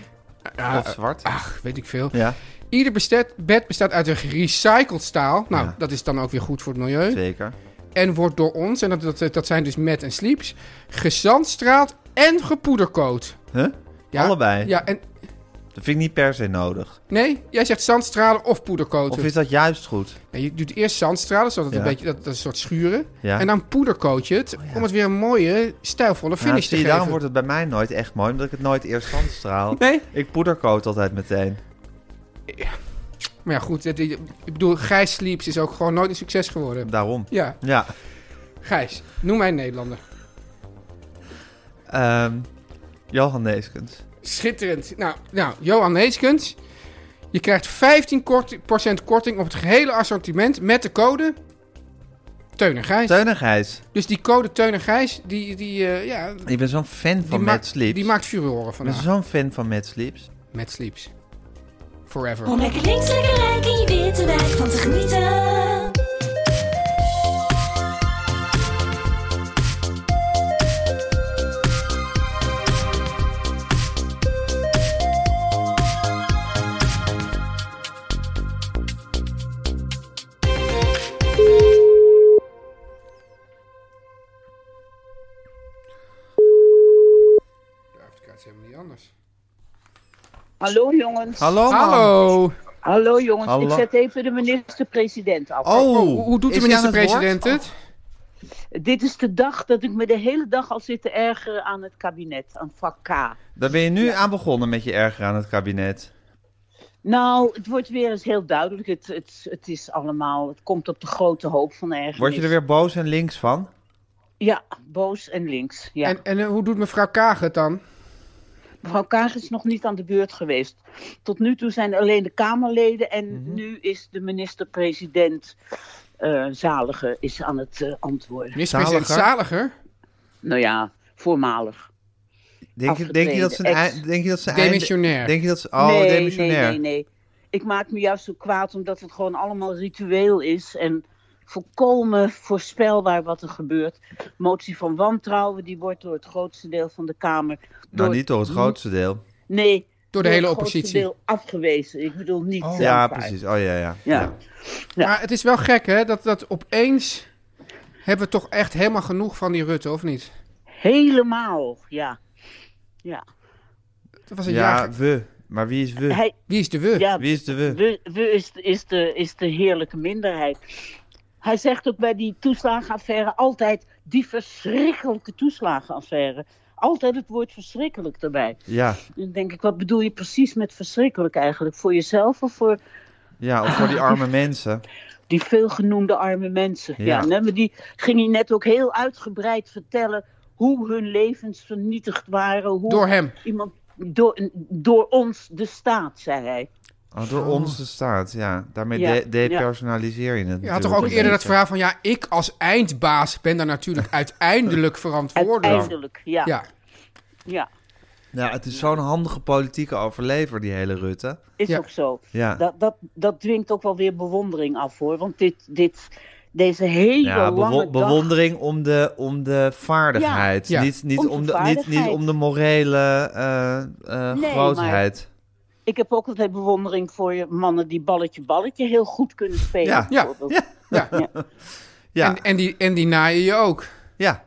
B: Ja,
C: of zwart?
B: Eh, Ach, weet ik veel.
C: ja,
B: Ieder bestet- bed bestaat uit een gerecycled staal. Nou,
C: Ja.
B: dat is dan ook weer goed voor het milieu.
C: zeker.
B: En wordt door ons, en dat, dat, dat zijn dus Matt en Sleeps, gezandstraald en gepoedercoat.
C: Huh?
B: Ja,
C: Allebei?
B: Ja, en
C: Dat vind ik niet per se nodig.
B: nee, jij zegt zandstralen of poedercoat.
C: Of is dat juist goed?
B: Nee, je doet eerst zandstralen, zodat het
C: Ja.
B: een beetje, dat, dat is een soort schuren.
C: Ja. Oh
B: En dan poedercoat je het, om het weer een mooie, stijlvolle
C: Ja,
B: finish
C: zie je,
B: te geven.
C: daarom wordt het bij mij nooit echt mooi, omdat ik het nooit eerst zandstraal.
B: Nee?
C: Ik poedercoat altijd meteen.
B: Maar ja, goed, het- ik bedoel, Gijs Sleeps is ook gewoon nooit een succes geworden.
C: Daarom.
B: Ja,
C: Ja.
B: Gijs, noem mij een Nederlander.
C: Ehm Johan Neeskens.
B: Schitterend. Nou, nou Johan Neeskens, je krijgt 15% kort- procent korting op het gehele assortiment met de code Teun en Gijs.
C: Teun en Gijs.
B: Dus die code Teun en Gijs, die, die, eh, ja, die,
C: Ik ben zo'n fan van
B: maakt-
C: Mad Sleeps.
B: die maakt furoren
C: Ik ben
B: vandaag.
C: zo'n fan van Mad Sleeps.
B: Met Sleeps. Forever.
F: Om lekker links, lekker rijk in je witte wijk van te genieten.
B: Ja, het is helemaal niet anders.
G: Hallo jongens.
C: Hallo man.
B: Hallo.
G: Hallo, jongens.
C: Hallo.
G: Ik zet even de minister-president af.
C: Oh,
B: Hoe, hoe doet de
C: is die aan het
B: minister-president
C: woord?
B: het?
G: Dit is de dag dat ik me de hele dag al zit te ergeren aan het kabinet, aan vak K.
C: Daar ben je nu aan begonnen met je erger aan het kabinet.
G: Nou, het wordt weer eens heel duidelijk. Het, het, het is allemaal, het komt op de grote hoop van ergernis.
C: Word je er weer boos en links van?
G: Ja, boos en links. Ja.
B: En, en eh, hoe doet mevrouw Kaag het dan?
G: Mevrouw Kaag is nog niet aan de beurt geweest. Tot nu toe zijn alleen de Kamerleden en
C: Mhm.
G: nu is de minister-president eh Zalige is aan het eh, antwoorden.
B: Minister-president
C: Zaliger.
B: Zaliger?
G: Nou ja, voormalig.
C: Denk je, denk je dat ze...
G: Afgetreden,
C: ei- Denk je dat ze einde-
B: Demissionair.
C: Denk je dat ze... Oh,
G: nee,
C: demissionair.
G: Nee, nee, nee. Ik maak me juist zo kwaad omdat het gewoon allemaal ritueel is en volkomen voorspelbaar wat er gebeurt. Motie van wantrouwen, die wordt door het grootste deel van de Kamer.
C: Nou,
G: door-
C: niet door het grootste deel.
G: Nee, door
B: Door de hele
G: het grootste
B: oppositie.
G: deel afgewezen. Ik bedoel niet. eh,
C: Ja,
G: aanvaard.
C: precies. Oh ja, ja.
G: Ja. Ja.
B: Maar het is wel gek, hè? Dat, dat opeens hebben we toch echt helemaal genoeg van die Rutte, of niet?
G: Helemaal, ja. Ja.
B: Dat was een
C: Ja,
B: jaar.
C: we. Maar wie is we?
G: Hij,
B: Wie is de we?
G: ja
C: Wie is de we?
G: we, we is, is, de, is de heerlijke minderheid. Hij zegt ook bij die toeslagenaffaire altijd die verschrikkelijke toeslagenaffaire. Altijd het woord verschrikkelijk erbij.
C: Ja.
G: Dan denk ik, wat bedoel je precies met verschrikkelijk eigenlijk? Voor jezelf of voor
C: Ja, of voor die arme mensen.
G: die veelgenoemde arme mensen? Ja,
C: Ja.
G: nee, maar die ging hij net ook heel uitgebreid vertellen hoe hun levens vernietigd waren. Hoe
B: Door hem.
G: Iemand, door, door ons, de staat, zei hij.
C: Oh, door onze staat, ja. Daarmee
G: Ja,
C: de- depersonaliseer je het
B: Je had toch ook
C: natuurlijk
B: eerder
C: een
B: dat
C: beetje.
B: verhaal van... ja, ik als eindbaas ben daar natuurlijk uiteindelijk verantwoordelijk.
G: Uiteindelijk, ja.
B: Ja,
G: Ja.
C: Nou, het is zo'n handige politieke overlever, die hele Rutte.
G: Is
B: Ja.
G: ook zo.
C: Ja.
G: Dat, dat, dat dwingt ook wel weer bewondering af hoor. Want dit, dit, deze hele
C: Ja, bewo-
G: lange dag-
C: bewondering om de, om de vaardigheid.
B: Ja, ja.
C: Niet, niet,
G: Om
C: om
G: de
C: de, niet, niet
G: vaardigheid.
C: om de morele eh, eh,
G: Nee,
C: grootheid.
G: Ik heb ook altijd bewondering voor je mannen die balletje balletje heel goed kunnen spelen.
C: Ja.
B: Ja.
G: bijvoorbeeld.
C: Ja.
B: Ja,
C: Ja,
B: En, en, die, en die naaien je ook.
C: ja,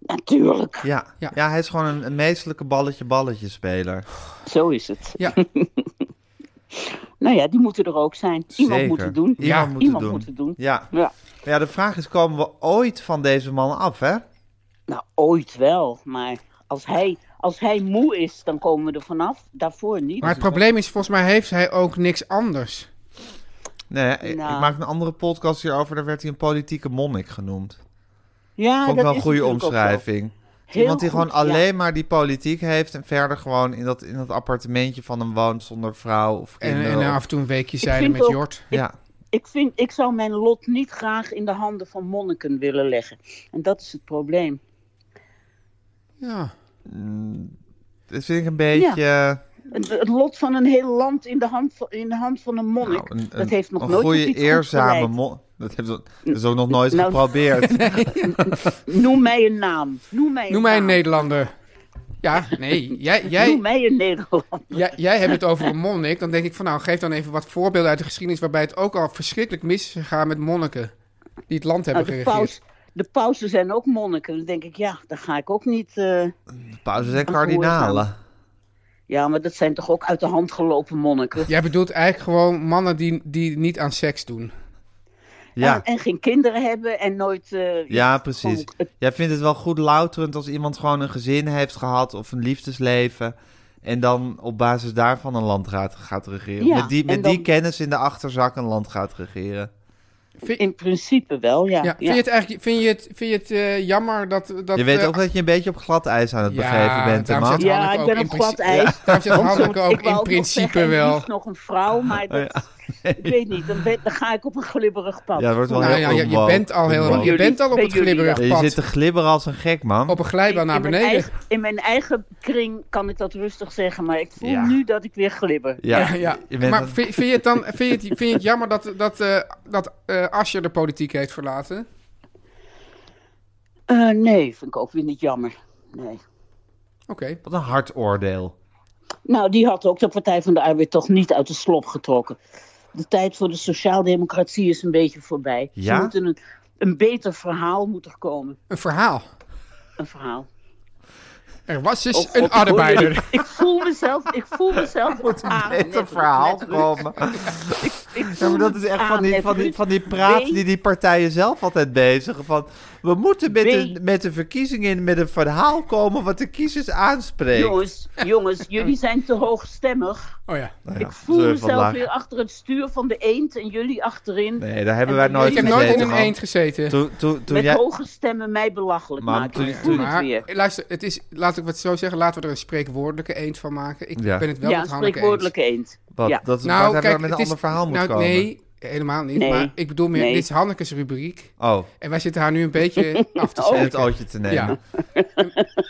G: Natuurlijk,
C: ja,
B: Ja.
C: ja. hij is gewoon een, een meestelijke balletje-balletje-speler.
G: zo is het.
B: Ja.
G: Nou ja, die moeten er ook zijn. Iemand
C: Zeker.
G: moet het doen.
C: Iemand moet het
G: iemand
C: doen.
G: moet het doen.
C: Ja.
G: Ja.
C: Maar ja, de vraag is, komen we ooit van deze man af, hè?
G: Nou, ooit wel. Maar als hij, als hij moe is, dan komen we er vanaf. Daarvoor niet.
B: Maar het probleem is, volgens mij heeft hij ook niks anders.
C: Nee, ik-
G: Nou.
C: ik maak een andere podcast hierover, daar werd hij een politieke monnik genoemd.
G: ja,
C: Vond ik wel een
G: Ah, is
C: goede
G: natuurlijk ook zo.
C: omschrijving.
G: Heel
C: Iemand die
G: goed,
C: gewoon
G: ja.
C: alleen maar die politiek heeft en verder gewoon in dat, in dat appartementje van hem woont zonder vrouw of
B: En, nou,
C: kinderen.
B: en
C: of-
B: af en toe een weekje
G: Ik
B: zeilen
G: vind
B: met
G: ook-
B: Jort.
C: ja.
G: Ik, vind, ik zou mijn lot niet graag in de handen van monniken willen leggen. En dat is het probleem.
B: Ja.
C: Dat vind ik een beetje... nou,
G: Het, het lot van een heel land in de hand van, in de hand van een
C: nou,
G: monnik.
C: een,
G: dat heeft nog
C: een
G: nooit tot
C: goede,
G: iets
C: eerzame
G: geleid.
C: mon. Dat heeft dat is ook nog nooit
G: Nou,
C: geprobeerd.
G: Noem mij een naam. Noem mij een,
B: Noem mij een
G: naam.
B: Nederlander. Ja, nee. Jij, jij,
G: Noem mij een Nederlander. Nou,
B: jij, jij hebt het over een monnik. Dan denk ik van nou, geef dan even wat voorbeelden uit de geschiedenis... waarbij het ook al verschrikkelijk mis is gegaan met monniken. Die het land hebben
G: Nou, de,
B: geregeerd.
G: paus, de pausen zijn ook monniken. Dan denk ik, ja, daar ga ik ook niet. eh,
C: Pauzes en kardinalen.
G: Ja, maar dat zijn toch ook uit de hand gelopen monniken.
B: Jij bedoelt eigenlijk gewoon mannen die, die niet aan seks doen.
C: Ja,
G: En, en geen kinderen hebben en nooit. eh,
C: ja, precies.
G: gewoon het-
C: Jij vindt het wel goed louterend als iemand gewoon een gezin heeft gehad of een liefdesleven. En dan op basis daarvan een land gaat, gaat regeren.
G: Ja,
C: met die,
G: en
C: met
G: dan-
C: die kennis in de achterzak een land gaat regeren.
B: Vind,
G: in principe wel, ja.
B: ja, vind je het eigenlijk vind je het, vind je het eh, jammer dat... dat
C: je weet
B: eh,
C: ook dat je een beetje op glad ijs aan het
B: Ja,
C: begeven bent, hè,
B: daarom
C: man?
B: zit-
G: Ja,
B: Hanneke
G: ik
B: ook
G: ben
B: in
G: op glad
B: principe-
G: ijs.
B: Daarom zegt
G: Want
B: Hanneke
G: ik
B: ook
G: wou
B: in
G: nog zeggen,
B: principe
G: en
B: wel...
G: liefst nog een vrouw, maar dat, ik weet niet. Dan, ben- dan ga ik op een glibberig pad.
C: Ja, het wordt wel
B: Nou
C: heel
B: ja, je, je
C: onwoke.
B: bent al heel...
C: Onwoke.
B: Je bent al op
G: Bij
B: het
G: jullie
B: glibberig
G: dan.
C: Ja,
B: pad.
C: Je zit te glibberen als een gek, man.
B: Op een glijbaan
G: In-
B: naar
G: in mijn
B: beneden.
G: eigen- in mijn eigen kring kan ik dat rustig zeggen, maar ik voel
C: Ja.
G: nu dat ik weer glibber.
C: Ja,
B: Ja, ja.
C: Je bent
B: maar
C: een-
B: vind, vind je het dan vind je het, vind je het jammer dat, dat, eh dat eh Asscher de politiek heeft verlaten?
G: Eh, nee, vind ik ook weer niet jammer. Nee.
B: Oké.
C: Wat een hard oordeel.
G: Nou, die had ook de Partij van de Arbeid toch niet uit de slop getrokken. De tijd voor de sociaaldemocratie is een beetje voorbij.
C: Ja?
G: Ze moeten een, een beter verhaal moet er komen.
B: Een verhaal.
G: Een verhaal.
B: Er was eens
G: Oh,
B: een
G: God, ik hoor
B: arbeider.
G: jullie. Ik voel mezelf, ik voel mezelf moet aan.
C: Ah, Met een verhaal komen. Ja, maar dat is echt van die, van die, van die praat die die partijen zelf altijd bezigen. Van, we moeten met de, met de verkiezingen met een verhaal komen wat de kiezers aanspreekt.
G: Jongens, jongens, jullie zijn te hoogstemmig.
B: Oh ja.
C: Nou ja,
G: Ik voel
C: zullen we
G: mezelf
C: vandaag-
G: weer achter het stuur van de eend en jullie achterin.
C: Nee, daar hebben wij nooit
B: Ik heb
G: Gezeten,
B: nooit in een
C: man.
B: eend gezeten.
C: Toen, toen, toen
G: met
C: jij...
G: hoge stemmen mij belachelijk
C: Maar
G: maken.
C: toen-
G: ik voel het
B: maar
G: weer.
B: luister, het is, laat ik het zo zeggen, laten we er een spreekwoordelijke eend van maken. Ik
C: Ja.
B: ben het wel
G: Ja,
B: met
G: een
B: Hanneke
G: spreekwoordelijke eend.
C: Wat,
G: Ja.
C: Dat
B: eens.
C: we nou,
B: Nou,
C: met
B: kijk,
C: een
B: het is,
C: ander verhaal moet
B: nou,
C: komen.
B: Nee, helemaal niet.
G: Nee.
B: Maar ik bedoel meer,
G: Nee.
B: dit is Hanneke's rubriek.
C: Oh,
B: En wij zitten haar nu een beetje
G: Oh.
B: af te
C: in het
B: zetten.
C: ootje te nemen.
B: Ja.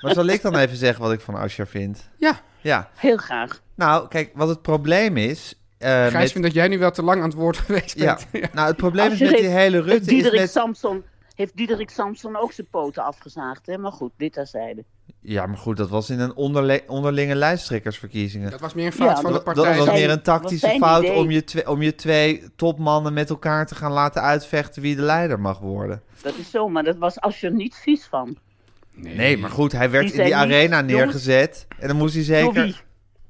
C: Maar zal ik dan even zeggen wat ik van Asja vind?
B: Ja,
C: Ja,
G: Heel graag.
C: nou, kijk, wat het probleem is... eh,
B: Gijs
C: met-
B: vindt dat jij nu wel te lang aan het woord geweest
C: Ja,
B: bent.
C: nou het probleem is
G: Als je
C: met die
G: geen-
C: hele Rutte is
G: Diederik
C: met...
G: Samson, heeft Diederik Samson ook zijn poten afgezaagd, hè? Maar goed, dit terzijde.
C: Ja, maar goed, dat was in een onderle- onderlinge lijsttrekkersverkiezingen.
B: Dat was meer een fout
G: Ja,
B: van de
C: Dat, dat
B: partij.
C: was
G: Zijn-
C: meer een
G: was
C: tactische
G: zijn
C: fout
G: idee.
C: om je, twee, om je twee topmannen met elkaar te gaan laten uitvechten wie de leider mag worden.
G: Dat is zo, maar dat was als je er niet vies van.
C: Nee, maar goed, hij werd
G: Die
C: in die
G: zijn niet-
C: arena
G: jongens,
C: neergezet en dan moest hij zeker...
G: Door wie?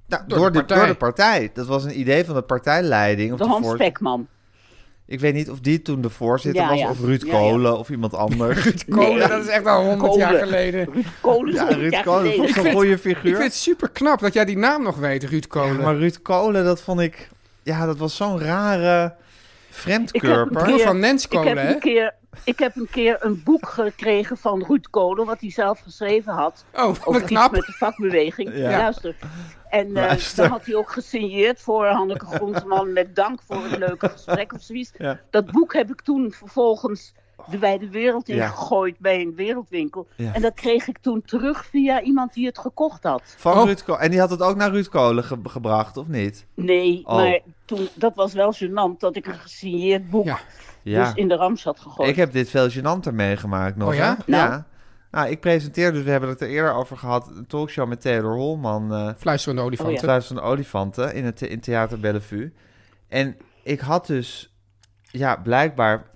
C: Nou,
B: Door
C: door,
B: de
C: de,
B: partij.
C: door de partij. Dat was een idee van de partijleiding. Of
G: De
C: de
G: Hans
C: voorz-
G: Spekman.
C: Ik weet niet of die toen de voorzitter
G: Ja,
C: was
G: ja.
C: of Ruud
G: Ja, ja.
C: Kolen of iemand anders. Ruud
B: Kolen,
G: Nee.
B: dat is echt al honderd
G: Kolen.
B: jaar geleden.
G: Kolen
C: Ja, Ruud Kolen, dat was
G: geleden.
C: zo'n goede
B: Ik
C: figuur.
B: vind het super knap dat jij die naam nog weet, Ruud
C: Ja,
B: Kolen.
C: maar Ruud Kolen, dat vond ik... Ja, dat was zo'n rare
G: Ik
C: vreemdkurper.
G: heb-
B: Broer van Nens
G: Ik heb,
B: Kolen, hè?
G: een keer, ik heb een keer een boek gekregen van Ruud Kolen, wat hij zelf geschreven had.
B: Oh,
G: Over
B: wat
G: iets
B: knap.
G: met de vakbeweging.
C: Ja.
G: Luister. En eh,
C: Luister.
G: dan had hij ook gesigneerd voor Hanneke Groenteman met dank voor het leuke gesprek of zoiets.
C: Ja.
G: Dat boek heb ik toen vervolgens de wijde wereld
C: Ja.
G: ingegooid bij een wereldwinkel.
H: Ja.
G: En dat kreeg ik toen terug via iemand die het gekocht had.
C: Van
B: Oh.
C: Ruud Ko- En die had het ook naar Ruud Kolen ge- gebracht, of niet?
G: Nee,
C: Oh.
G: maar toen, dat was wel gênant dat ik een gesigneerd boek
B: Ja.
C: Ja.
G: dus in de rams had gegooid.
C: Ik heb dit veel gênanter meegemaakt nog.
B: Oh ja?
C: hè?
G: Nou.
C: Ja. Nou, ik presenteerde, dus we hebben het er eerder over gehad, een talkshow met Theodor Holman, eh
B: Fluisterende olifanten.
G: Oh ja.
C: Thuis van de Olifanten, in het the- in Theater Bellevue. En ik had dus, ja, blijkbaar,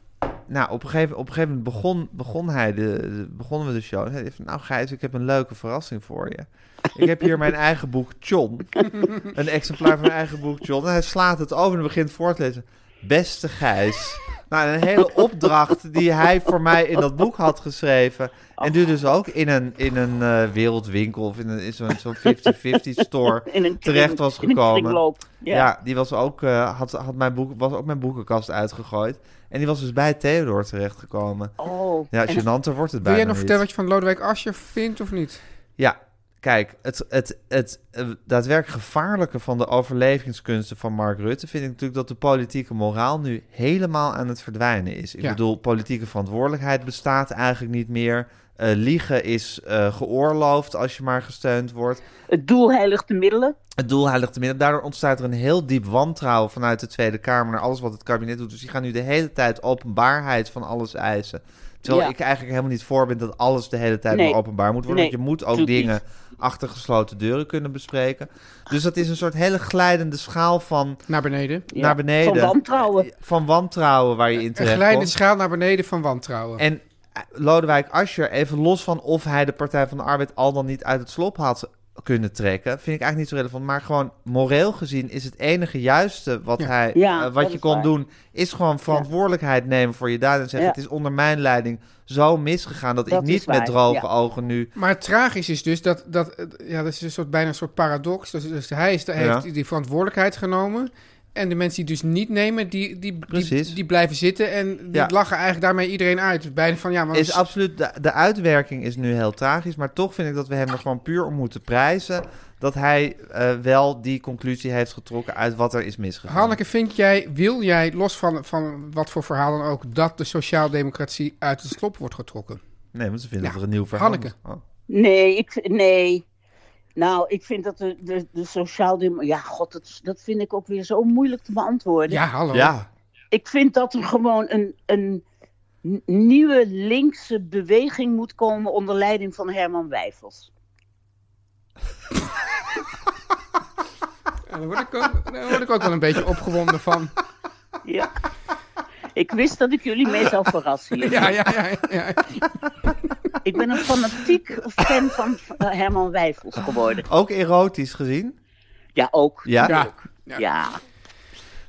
C: nou, op een gegeven, op een gegeven moment begon, begon hij de, de- begonnen we de show. En hij zei van, nou Gijs, ik heb een leuke verrassing voor je. Ik heb hier mijn eigen boek John. Een exemplaar van mijn eigen boek John. En hij slaat het over en begint voor te lezen. Beste Gijs. Nou, een hele opdracht die hij voor mij in dat boek had geschreven. En nu dus ook in een, in een eh, wereldwinkel of in, een- in zo'n zo'n 50-50 store
G: in een
C: terecht
G: kring-
C: was
G: in een
C: gekomen.
G: kringloop.
C: ja. die was ook, eh, had, had mijn boek, was ook mijn boekenkast uitgegooid. En die was dus bij Theodor terechtgekomen.
G: Oh,
C: Ja,
G: en-
C: gênanter wordt het bijna
B: Wil jij nog
C: niet.
B: vertellen wat je van Lodewijk Asscher vindt of niet?
C: Ja, kijk, het, het, het, eh, daadwerkelijk gevaarlijke van de overlevingskunsten van Mark Rutte vind ik natuurlijk dat de politieke moraal nu helemaal aan het verdwijnen is. Ik
B: Ja.
C: bedoel, politieke verantwoordelijkheid bestaat eigenlijk niet meer. Eh, liegen is eh, geoorloofd als je maar gesteund wordt.
G: het doel heiligt de middelen.
C: Het doel heiligt de middel. Daardoor ontstaat er een heel diep wantrouwen vanuit de Tweede Kamer naar alles wat het kabinet doet. Dus die gaan nu de hele tijd openbaarheid van alles eisen. Terwijl
G: Ja.
C: ik eigenlijk helemaal niet voor ben dat alles de hele tijd
G: Nee.
C: maar openbaar moet worden.
G: Nee,
C: want je moet ook
G: natuurlijk
C: dingen achter gesloten deuren kunnen bespreken. Dus dat is een soort hele glijdende schaal van
B: Naar beneden.
G: Ja,
C: naar beneden.
G: Van wantrouwen.
C: Van wantrouwen waar je in
B: Een
C: terecht
B: glijdende
C: komt.
B: schaal naar beneden van wantrouwen.
C: En eh, Lodewijk Asscher, even los van of hij de Partij van de Arbeid al dan niet uit het slop had kunnen trekken, vind ik eigenlijk niet zo relevant. Maar gewoon moreel gezien is het enige juiste wat,
B: Ja.
C: hij,
G: Ja,
C: eh,
G: dat
C: wat je
G: is
C: kon
G: waar.
C: doen, is gewoon verantwoordelijkheid nemen voor je daden en zeggen:
G: Ja.
C: het is onder mijn leiding zo misgegaan dat,
G: Dat
C: ik
G: is
C: niet met
G: waar,
C: droge
G: ja.
C: ogen nu.
B: Maar het tragisch is dus dat, dat eh, ja, dat is een soort, bijna een soort paradox. Dus, dus hij is, hij
C: Ja.
B: heeft die verantwoordelijkheid genomen. En de mensen die het dus niet nemen, die, die,
C: Precies.
B: die, die blijven zitten. En die
C: Ja.
B: lachen eigenlijk daarmee iedereen uit. Dus Bijna van, ja, maar
C: Is absoluut, de, de uitwerking is nu heel tragisch, maar toch vind ik dat we hem er gewoon puur om moeten prijzen. Dat hij eh, wel die conclusie heeft getrokken uit wat er is misgegaan.
B: Hanneke, vind jij, wil jij, los van, van wat voor verhaal dan ook, dat de sociaaldemocratie uit het slop wordt getrokken?
C: Nee, want ze vinden
B: Ja,
C: dat er een nieuw verhaal
B: Hanneke.
C: moet- Oh.
G: Nee, ik, nee. Nou, ik vind dat de, de, de sociaaldemo- Ja, god, dat, dat vind ik ook weer zo moeilijk te beantwoorden.
B: Ja, hallo.
C: Ja,
G: Ik vind dat er gewoon een, een n- nieuwe linkse beweging moet komen onder leiding van Herman Wijfels.
B: Ja, Daar word, ik ook, daar word ik ook wel een beetje opgewonden van.
G: Ja. Ik wist dat ik jullie mee zou verrassen. hier.
B: Ja, ja, ja. ja, ja.
G: Ik ben een fanatiek fan van eh, Herman Wijfels geworden.
C: ook erotisch gezien.
G: Ja, ook.
C: Ja.
B: Ja.
G: Ja.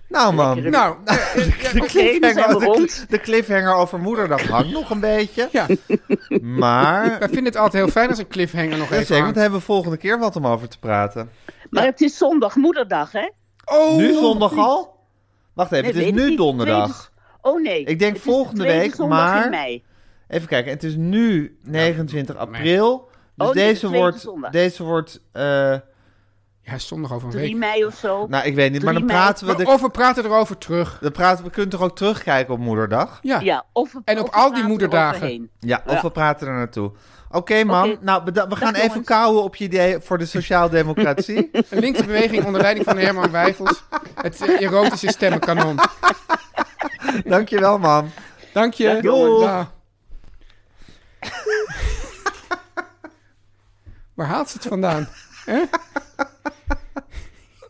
C: Nou man,
G: Lekkere-
C: nou,
B: Nou, eh, eh, ja,
C: de,
G: we zijn
C: cliffhanger, de,
G: rond.
C: cli- de cliffhanger over moederdag hangt nog een beetje.
B: Ja.
C: Maar,
B: wij vinden het altijd heel fijn als een cliffhanger nog
C: ja,
B: even
C: zeker, want
B: hangt.
C: dan hebben we volgende keer wat om over te praten.
G: Maar het is zondag, moederdag, hè?
B: Oh,
C: nu zondag al? Wacht even,
G: Nee,
C: het
G: weet
C: is
G: ik
C: nu
G: niet.
C: donderdag.
G: Tweede- oh nee.
C: Ik denk
G: Het is de
C: volgende
G: tweede
C: week,
G: zondag
C: maar-
G: In mei.
C: Even kijken, het is nu 29 april. Dus
G: Oh, nee, de
C: deze,
G: tweede
C: wordt,
G: zondag.
C: deze wordt, eh,
B: Ja, zondag over een
G: 3
B: week.
G: mei of zo.
C: nou ik weet niet, maar dan
G: 3 mei. Oh,
C: praten we,
B: Maar
C: de,
B: Of we praten erover terug.
C: dan praten we, we kunnen toch ook terugkijken op moederdag?
B: Ja.
G: ja, of,
B: En op
G: of
B: al die
G: praten
B: moederdagen.
G: eroverheen.
C: Ja, of
G: Ja.
C: we praten er naartoe. Oké, man.
G: Oké.
C: Nou, beda- we gaan even
G: jongens.
C: kouwen op je idee voor de sociaaldemocratie.
B: Een linkse beweging onder leiding van Herman Wijfels. Het eh, erotische stemmenkanon.
C: Dankjewel, man.
B: Dank je.
C: jongens.
B: Dag. Waar haalt ze het vandaan?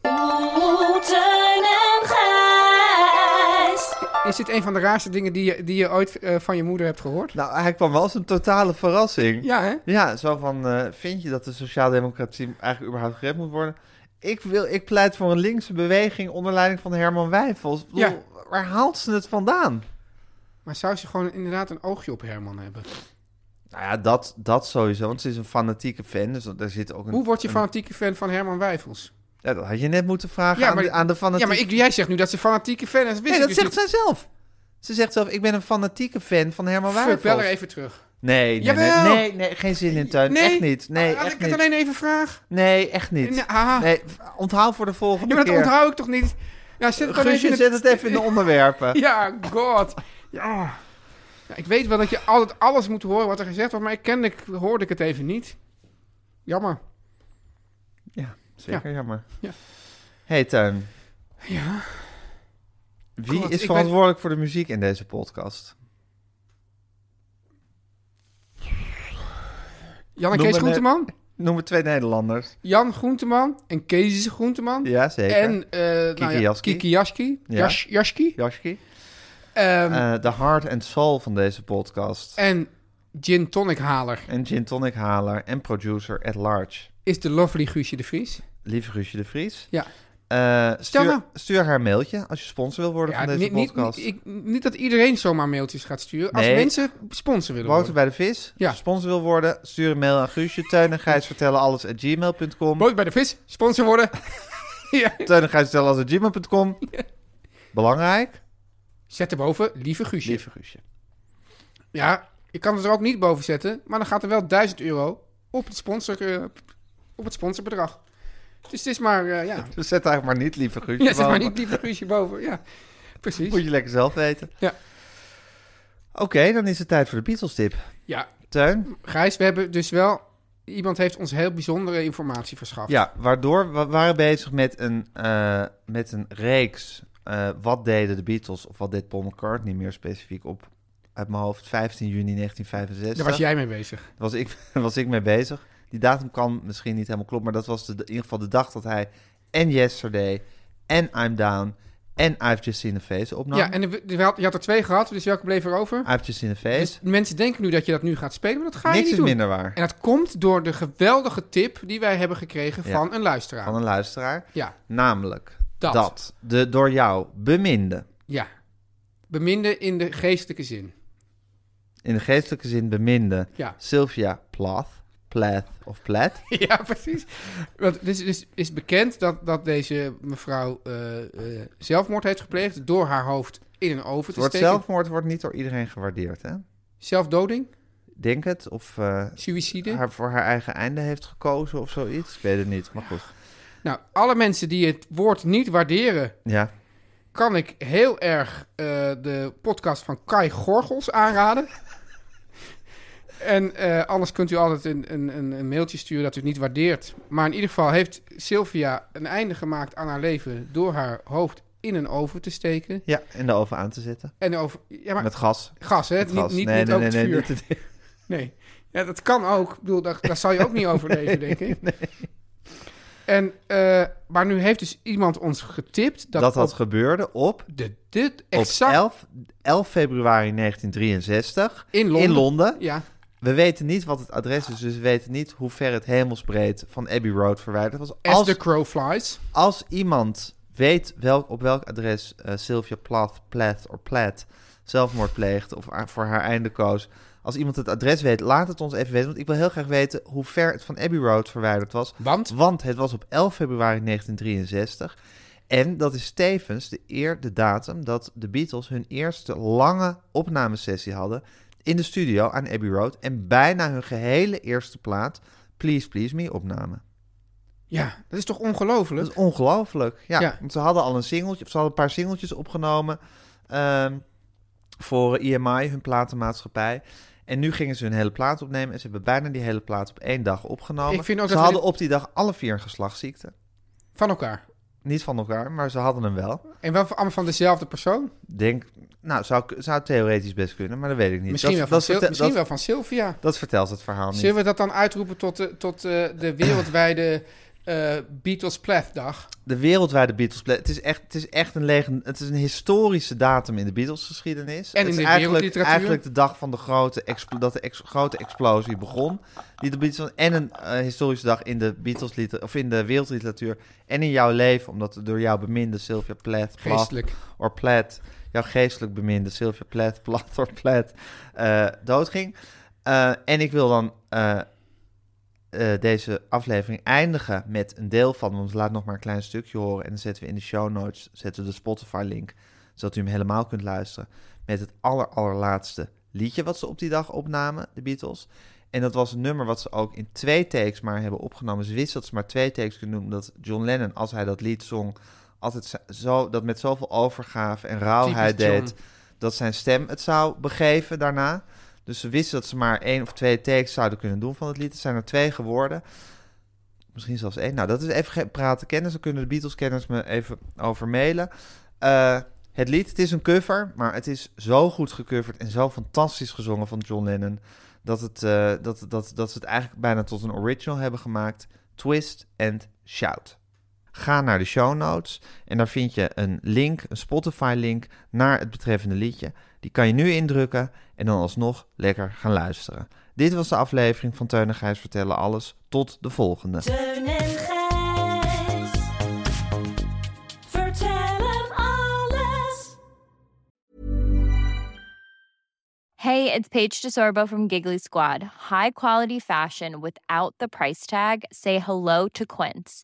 F: Oh, Teun en Gijs.
B: Is dit een van de raarste dingen die je, die je ooit eh, van je moeder hebt gehoord?
C: Nou, hij kwam wel als een totale verrassing.
B: Ja, hè?
C: Ja, zo van, eh, vind je dat de sociaaldemocratie eigenlijk überhaupt gered moet worden? Ik, wil, ik pleit voor een linkse beweging onder leiding van Herman Wijfels. Ik bedoel,
B: Ja.
C: Waar haalt ze het vandaan?
B: Maar zou ze gewoon inderdaad een oogje op Herman hebben?
C: Nou ja, dat, dat sowieso, want ze is een fanatieke fan. Dus daar zit ook een...
B: Hoe word je
C: een-
B: fanatieke fan van Herman Wijfels?
C: Ja, dat had je net moeten vragen
B: Ja,
C: aan,
B: maar-
C: de, aan de fanatieke
B: Ja, maar ik, jij zegt nu dat ze fanatieke fan is. Wist
C: Nee,
B: ik
C: dat
B: dus
C: zegt
B: niet.
C: zij zelf. Ze zegt zelf, ik ben een fanatieke fan van Herman
B: Fuck, bel er
C: Wijfels.
B: even terug.
C: Nee, nee, nee,
B: Jawel!
C: nee, nee, geen zin in tuin. Echt niet. Nee,
B: Had
C: echt
B: ik het
C: niet.
B: alleen even vraag?
C: Nee, echt niet.
B: Nee, ah.
C: Nee, v- onthaal voor de volgende
B: Ja, maar dat
C: keer.
B: onthoud ik toch niet? Nou, zet het dan
C: Guusje,
B: even in
C: zet het even in de onderwerpen.
B: Ja, god. Ja. Ja, ik weet wel dat je altijd alles moet horen wat er gezegd wordt, maar ik kende, hoorde ik het even niet. Jammer.
C: Ja, zeker jammer.
B: Ja.
C: Hey Tuin,
B: Ja.
C: wie
B: God, ik
C: is
B: ben-
C: verantwoordelijk voor de muziek in deze podcast?
B: Jan
C: Noem
B: en
C: maar
B: Kees
C: net-
B: Groenteman.
C: Noem maar twee Nederlanders.
B: Jan Groenteman en Kees Groenteman.
C: Ja, zeker.
B: En eh nou ja,
C: Jaski.
B: Kiki Jaski.
C: Ja.
B: Jas- Jaski.
C: Jaski.
B: Ehm,
C: Eh, de heart and soul van deze podcast.
B: en Gin Tonic Haler
C: En gin tonic haler en producer at large.
B: is de lovely Guusje de Vries.
C: Lieve Guusje de Vries.
B: Ja.
C: Eh,
B: Stel nou-
C: stuur, stuur haar een mailtje als je sponsor wil worden
B: Ja,
C: van deze
B: niet, niet,
C: podcast.
B: niet, ik- niet dat iedereen zomaar mailtjes gaat sturen. Als
C: Nee.
B: mensen sponsor willen
C: Boter
B: worden.
C: bij de vis.
B: Ja.
C: Als je sponsor wil worden, stuur een mail aan Guusje. Teun en Gijs vertellen alles at gmail.com.
B: Boot bij de vis, sponsor worden. ja.
C: Teun en Gijs vertellen alles at gmail.com. Belangrijk.
B: Zet erboven, lieve Guusje.
C: Lieve Guusje.
B: Ja, je kan het er ook niet boven zetten, maar dan gaat er wel 1000 euro op het, sponsor, eh, op het sponsorbedrag. Dus het is maar, eh, ja.
C: Dus zet eigenlijk maar niet lieve Guusje.
B: ja, zeg maar
C: boven.
B: niet lieve Guusje boven. Ja, precies.
C: Moet je lekker zelf weten.
B: Ja.
C: Oké, dan is het tijd voor de Beatles tip.
B: Ja,
C: Teun?
B: Gijs, we hebben dus wel... Iemand heeft ons heel bijzondere informatie verschaft.
C: Ja, waardoor we waren bezig met een, eh, met een reeks. eh, wat deden de Beatles of wat deed Paul McCartney meer specifiek op uit mijn hoofd 15 juni 1965.
B: Daar was jij mee bezig.
C: Daar was ik, was ik mee bezig. Die datum kan misschien niet helemaal kloppen, maar dat was de, in ieder geval de dag dat hij en Yesterday en I'm Down en I've Just Seen a Face opnam.
B: Ja, en er- er- je had er twee gehad, dus welke bleef er over?
C: I've Just Seen a
B: Dus
C: Face.
B: mensen denken nu dat je dat nu gaat spelen, maar dat ga je
C: Niks
B: niet
C: is
B: doen.
C: minder waar.
B: En dat komt door de geweldige tip die wij hebben gekregen
C: Ja.
B: van een luisteraar.
C: Van een luisteraar.
B: Ja,
C: Namelijk dat.
B: Dat.
C: de door jou beminde,
B: ja. Beminden in de geestelijke zin.
C: in de geestelijke zin beminde,
B: Ja.
C: Sylvia Plath, Plath of Plath,
B: ja, precies. Want het is, is, is bekend dat, dat deze mevrouw eh, eh, zelfmoord heeft gepleegd door haar hoofd in een oven
C: het
B: te
C: wordt
B: steken.
C: zelfmoord wordt niet door iedereen gewaardeerd, hè?
B: Zelfdoding,
C: Denk het, of eh,
B: suïcide.
C: haar voor haar eigen einde heeft gekozen of zoiets, ik weet het niet, maar goed.
B: Nou, alle mensen die het woord niet waarderen,
C: Ja,
B: kan ik heel erg eh, de podcast van Kai Gorgels aanraden. en eh, anders kunt u altijd een, een, een, een mailtje sturen dat u het niet waardeert. Maar in ieder geval heeft Sylvia een einde gemaakt aan haar leven door haar hoofd in een oven te steken.
C: ja, en de oven aan te zetten.
B: En over, ja, maar
C: Met gas.
B: gas, hè?
C: Met
B: niet
C: gas.
B: niet, niet ook het vuur.
C: niet het-
B: Nee. Ja, dat kan ook. Ik bedoel, daar, daar zal je ook niet overleven, denk ik. En, eh, maar nu heeft dus iemand ons getipt dat,
C: dat dat
B: op
C: gebeurde op,
B: de, dit
C: op
B: exact
C: 11, 11 februari 1963
B: in Londen.
C: in Londen.
B: Ja,
C: We weten niet wat het adres is, dus we weten niet hoe ver het hemelsbreed van Abbey Road verwijderd was.
B: as
C: Als,
B: the crow flies.
C: als iemand weet welk, op welk adres eh, Sylvia Plath, Plath of Plath zelfmoord pleegde of a- voor haar einde koos. Als iemand het adres weet, laat het ons even weten. Want ik wil heel graag weten hoe ver het van Abbey Road verwijderd was.
B: Want?
C: Want het was op 11 februari 1963. En dat is tevens de, eer, de datum dat de Beatles hun eerste lange opnamesessie hadden in de studio aan Abbey Road. En bijna hun gehele eerste plaat, Please Please Me, opnamen.
B: Ja, dat is toch
C: Dat
B: ongelooflijk?
C: is ongelooflijk. Ja,
B: Ja.
C: want ze hadden al een singeltje, of ze hadden een paar singeltjes opgenomen ehm, voor EMI, hun platenmaatschappij. En nu gingen ze hun hele plaat opnemen en ze hebben bijna die hele plaat op één dag opgenomen.
B: Ik vind ook
C: ze
B: dat we
C: hadden
B: dit-
C: op die dag alle vier een geslachtsziekte.
B: Van elkaar.
C: Niet van elkaar, maar ze hadden hem wel.
B: En wel van- allemaal van dezelfde persoon.
C: Denk, nou, zou, zou theoretisch best kunnen, maar dat weet ik niet.
B: Misschien,
C: dat,
B: wel, van
C: dat,
B: Sil-
C: vertel-
B: misschien
C: dat,
B: wel van Sylvia.
C: dat vertelt het verhaal niet.
B: Zullen we dat dan uitroepen tot de, tot, eh, de wereldwijde eh, Beatles Plath dag?
C: De wereldwijde Beatles... Het is echt, het is echt een, legend, het is een historische datum in de Beatles-geschiedenis.
B: En
C: Het is
B: in de
C: eigenlijk,
B: wereldliteratuur.
C: eigenlijk de dag van de grote, expl- dat de ex- grote explosie begon. Die de Beatles, en een eh, historische dag in de, Beatles of in de wereldliteratuur en in jouw leven. Omdat de door jou beminde Sylvia Plath... Plath,
B: Geestelijk.
C: Or Plath, jouw geestelijk beminde Sylvia Plath, Plath or Plath, eh, doodging. Eh, en ik wil dan eh, eh, deze aflevering eindigen met een deel van, want laat nog maar een klein stukje horen. En dan zetten we in de show notes zetten we de Spotify-link, zodat u hem helemaal kunt luisteren. Met het aller, allerlaatste liedje wat ze op die dag opnamen, de Beatles. En dat was een nummer wat ze ook in twee takes maar hebben opgenomen. Ze wisten dat ze maar twee takes kunnen doen, omdat John Lennon, als hij dat lied zong, altijd zo- zo, dat met zoveel overgave en rauwheid
B: Typisch
C: deed.
B: John.
C: dat zijn stem het zou begeven daarna. Dus ze wisten dat ze maar één of twee takes zouden kunnen doen van het lied. Er zijn er twee geworden. Misschien zelfs één. Nou, dat is even ge- praten kennis. Dan kunnen de Beatles-kenners me even over mailen. Eh, het lied, het is een cover, maar het is zo goed gecoverd en zo fantastisch gezongen van John Lennon. Dat, het, eh, dat, dat, dat ze het eigenlijk bijna tot een original hebben gemaakt. Twist and Shout. Ga naar de show notes en daar vind je een link, een Spotify-link naar het betreffende liedje. Die kan je nu indrukken en dan alsnog lekker gaan luisteren. Dit was de aflevering van Teun en Gijs Vertellen Alles. Tot de volgende.
F: Teun en Gijs. Vertel hem alles.
I: Hey, it's Paige DeSorbo from Giggly Squad. High quality fashion without the price tag. Say hello to Quince.